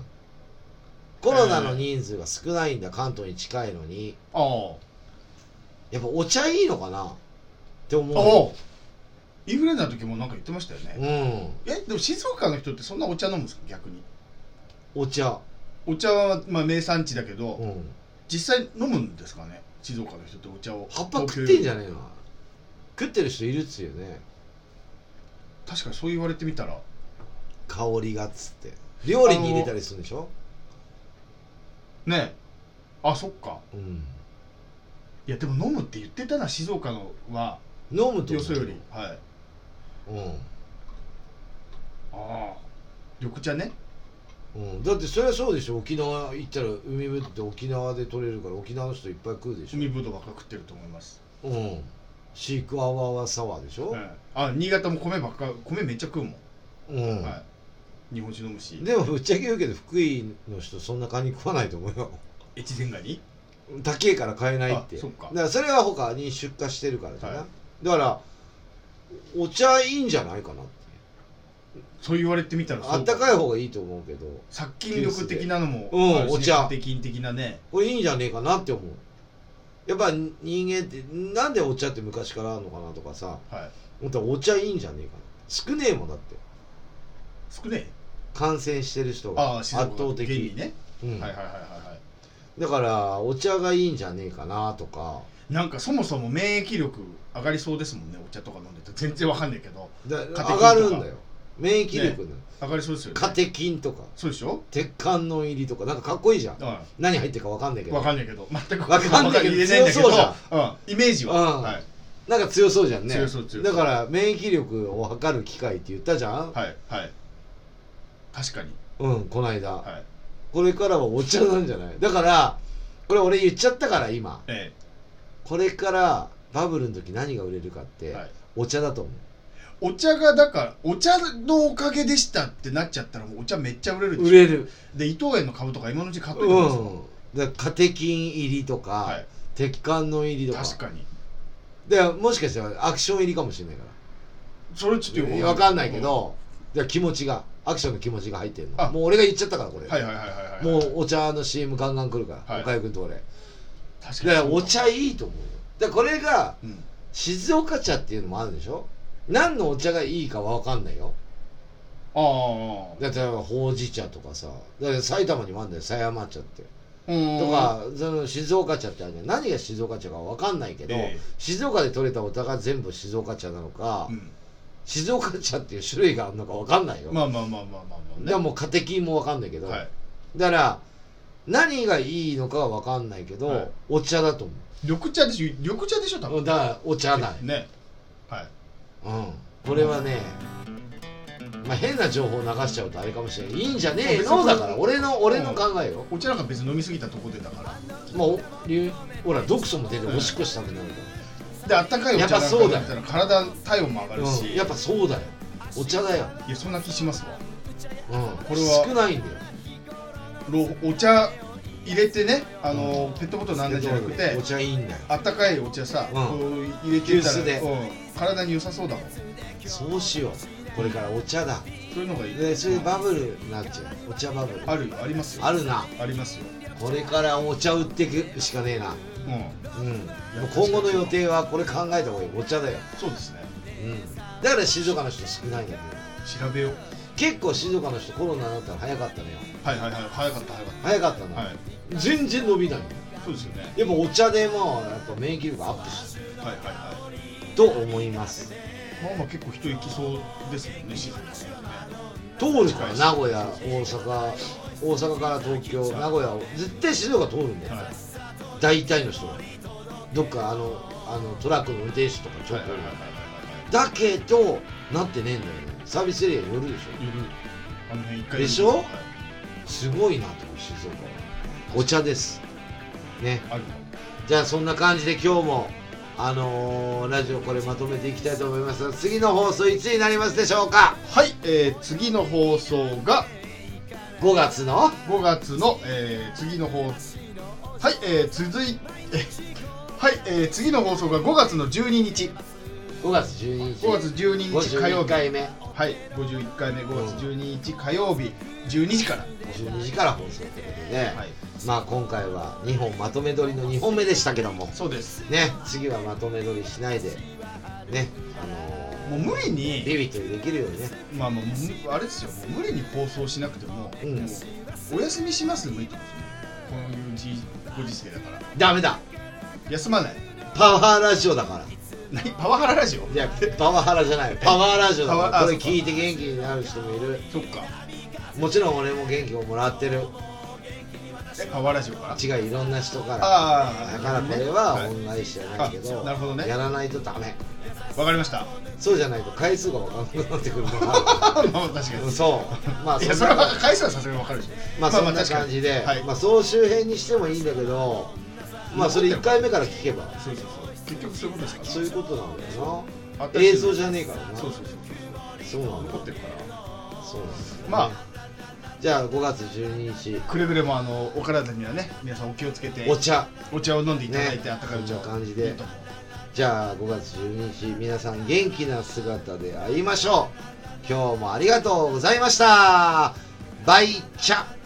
A: コロナの人数が少ないんだ関東に近いのに
E: ああ
A: やっぱお茶いいのかなって思う
E: ああインフルエンザの時もなんか言ってましたよね
A: うん
E: えでも静岡の人ってそんなお茶飲むんですか逆に
A: お茶
E: お茶はまあ名産地だけ
A: う
E: ど
A: ん
E: 実際飲むんですかね静岡の人ってお茶を
A: 葉っぱ食ってんじ
E: ゃ
A: ゃねえの食ってる人いるっつうよね
E: 確かにそう言われてみたら
A: 香りがっつって料理に入れたりするんでしょ
E: ねえあそっか
A: うん
E: いやでも飲むって言ってたな静岡のは
A: 飲むと
E: よそよりはい
A: うん、
E: ああ緑茶ね
A: うん、だってそりゃそうでしょ沖縄行ったら海ぶどうって沖縄で取れるから沖縄の人いっぱい食うでしょ
E: 海ぶどうばっか食ってると思います、
A: うんシークワワワサワーでしょ、
E: はいあ新潟も米ばっか米めっちゃ食うもん、
A: うん、
E: はい、日本酒飲むし
A: でもぶっちゃけ言うけど福井の人そんなカニ食わないと思うよ
E: 越前ガニ
A: 高えから買えないって
E: あそっか
A: だからそれは他に出荷してるからじゃない、
E: は
A: だからお茶いいんじゃないかなって
E: そう言われてみたらそう
A: あったかい方がいいと思うけど
E: 殺菌力的なのも
A: うん
E: あるしね
A: お茶
E: カテキン的なね
A: これいいんじゃねえかなって思うやっぱ人間ってなんでお茶って昔からあるのかなとかさ
E: はい
A: 本当はお茶いいんじゃねえかな少ねえもんだって
E: 少ねえ
A: 感染してる人
E: あ
A: が
E: あ
A: 圧
E: 静岡
A: 倒的
E: 現にね、
A: うん
E: はいはいはいはいはい
A: だからお茶がいいんじゃねえかなとか
E: なんかそもそも免疫力上がりそうですもんねお茶とか飲んでて全然わかんないけど
A: だ
E: カテキンとか
A: 上がるんだよ免疫力なの、
E: 上がりそうですよね
A: カテキンとか
E: そうでしょ
A: 鉄観音入りとかなんかかっこいいじゃん
E: うん
A: 何入ってるかわかんないけど
E: わかんないけど全く
A: わかんないけど
E: 言えないんだけ
A: 強
E: ど
A: そうじ
E: うんイメージは、
A: うん
E: はい
A: なんか強そうじゃんね
E: 強そう強そう
A: だから免疫力を測る機械って言ったじゃん、
E: はいはい確かに
A: うんこないだ、
E: はい
A: これからはお茶なんじゃないだからこれ俺言っちゃったから今
E: え
A: これからバブルの時何が売れるかって、
E: えはい
A: お茶だと思う
E: お茶がだからお茶のおかげでしたってなっちゃったらもうお茶めっちゃ売れるでしょ
A: 売れる
E: で伊藤園の株とか今のうち買っといてます
A: うんだからカテキン入りとか、
E: はい
A: 鉄管の入りとか
E: 確かに
A: でもしかしたらアクション入りかもしれないから
E: それちょっとよく
A: 分かんないけど、じゃあ気持ちがアクションの気持ちが入ってる
E: あ
A: のもう俺が言っちゃったからこれ、
E: はいはいはいはいはい
A: もうお茶の CM ガンガン来るから、
E: はい
A: おかゆくんと俺
E: 確
A: だ
E: か
A: から
E: に
A: お茶いいと思うよだからこれが
E: うん
A: 静岡茶っていうのもあるでしょ何のお茶がいいかは分かんないよ
E: ああ
A: だってほうじ茶とかさだから埼玉にもあるんだよ狭山茶って
E: うん
A: とかその静岡茶ってあるじゃん何が静岡茶か分かんないけど、
E: ええ
A: 静岡で採れたお茶が全部静岡茶なのか、
E: うん
A: 静岡茶っていう種類があるのか分かんないよ、
E: まあまあまあまあまあまあね
A: でもカテキンも分かんないけど、
E: はい
A: だから何がいいのかは分かんないけど、
E: はい
A: お茶だと思
E: 緑茶でしょ緑茶でしょ多
A: う
E: 分
A: だからお茶ない、
E: ねはい
A: うん、これはね、まあ、変な情報流しちゃうとあれかもしれないいいんじゃねえ
E: 別に
A: のだから俺の俺の考えよ、
E: お茶なんか別に飲みすぎたとこでだから
A: まあおりほら毒素も出ておしっこしたくなるか
E: であったかいお
A: やっぱ
E: 茶なんか
A: そうだ
E: 飲んだら体体温も上が
A: ら、う
E: る
A: ん
E: し
A: やっぱそうだよお茶だよ、
E: いやそんな気しますわ
A: うん、
E: これは
A: 少ないんだよ
E: ろお茶入れてねあの、ペットボトルなんだじゃなくて
A: お茶いいんだよ
E: あったかいお茶さ、
A: うん
E: こう入れてた
A: 急須
E: ら、
A: で
E: うん体に良さそうだもんそ
A: そうしようこれからお茶だ
E: ういうのがいい
A: でそれでバブルになっちゃうお茶バブル
E: あるよありますよ
A: あるな
E: ありますよ、
A: これからお茶売っていくしかねえな
E: うん、
A: うんもう今後の予定はこれ考えた方がいいお茶だよ、
E: そうですね
A: うん、だから静岡の人少ないんだけど
E: 調べよう
A: 結構静岡の人コロナになったら早かったのよ
E: はいはいはい早かった早かっ
A: 早かったの、
E: たはい
A: 全然伸びない
E: そうですよね
A: でもお茶でもうやっぱ免疫力アップしてる
E: はいはいはい
A: と思います
E: まあまあ結構人行きそうですもんね静岡ね
A: 通るから名古屋大阪大阪から東京名古屋を絶対静岡通るんだよ、
E: はい
A: 大体の人はどっかあのあのトラックの運転手とかちょ
E: はい
A: っ
E: はい
A: と、
E: はいはいはい
A: だけどなってねえんだよねサービスエリアに寄るでしょ
E: 夜あの辺一回
A: でしょ
E: はい
A: すごいなと思う静岡はお茶ですね
E: ある
A: じゃあそんな感じで今日もあのーラジオこれまとめていきたいと思いますが次の放送いつになりますでしょうか
E: はい、えー、次の放送が
A: 5月の
E: 5月の、えー、次の放送はい、えー、続いえはい、えー、次の放送が5月の12日
A: 5月12日
E: 5月12日火
A: 51
E: 曜日
A: 回目
E: はい51回目5月12日火曜日12時から
A: 12時から放送ということで、
E: はい
A: まあ今回は2本まとめ撮りの2本目でしたけども
E: そうです
A: ね次はまとめ撮りしないでねあ
E: も
A: の
E: う無
A: ー、
E: 理
A: ビ
E: に
A: ビッとできるようにね
E: まあもうむあれですよもう無理に放送しなくても,、
A: うん
E: もうお休みしますでもいいと思うんですよこういうじご時世だから
A: ダメだ
E: 休まない
A: パワーラジオだから
E: 何パワハララジオ
A: いやパワハラじゃないパワーラジオだ
E: パワー
A: か
E: あ
A: らこれ聞いて元気になる人もいる
E: そっか
A: もちろん俺も元気をもらってる
E: えパワーラジオから
A: 違ういろんな人から
E: ああ
A: だからこれは
E: わ、
A: 恩返しじゃないけど
E: あなるほどね
A: やらないとダメ
E: かりました
A: そうじゃないと回数が分かんなくなってくるか
E: まあまあ確かに
A: らそうまあ
E: い
A: そ
E: や
A: ん
E: それ
A: な
E: は回数はさすがにわかるでしょ
A: まあそんな感じで、
E: はい、
A: まあ総集編にしてもいいんだけどまあそれ1回目から聞けば
E: そうそうそう結局そういうことですから
A: そういうことなんだよな
E: 新しい
A: 映像じゃねえからな
E: そうそうそうそ
A: そう
E: う
A: なんだ
E: 残ってるから
A: そうなんだよね
E: まあ
A: じゃあ5月12日
E: くれぐれもあのお体にはね皆さんお気をつけて
A: お茶
E: お茶を飲んでいただいて、
A: ね
E: あったかいお茶を
A: こんな感じで
E: いいと思う
A: じゃあ5月12日皆さん元気な姿で会いましょう今日もありがとうございましたバイチャ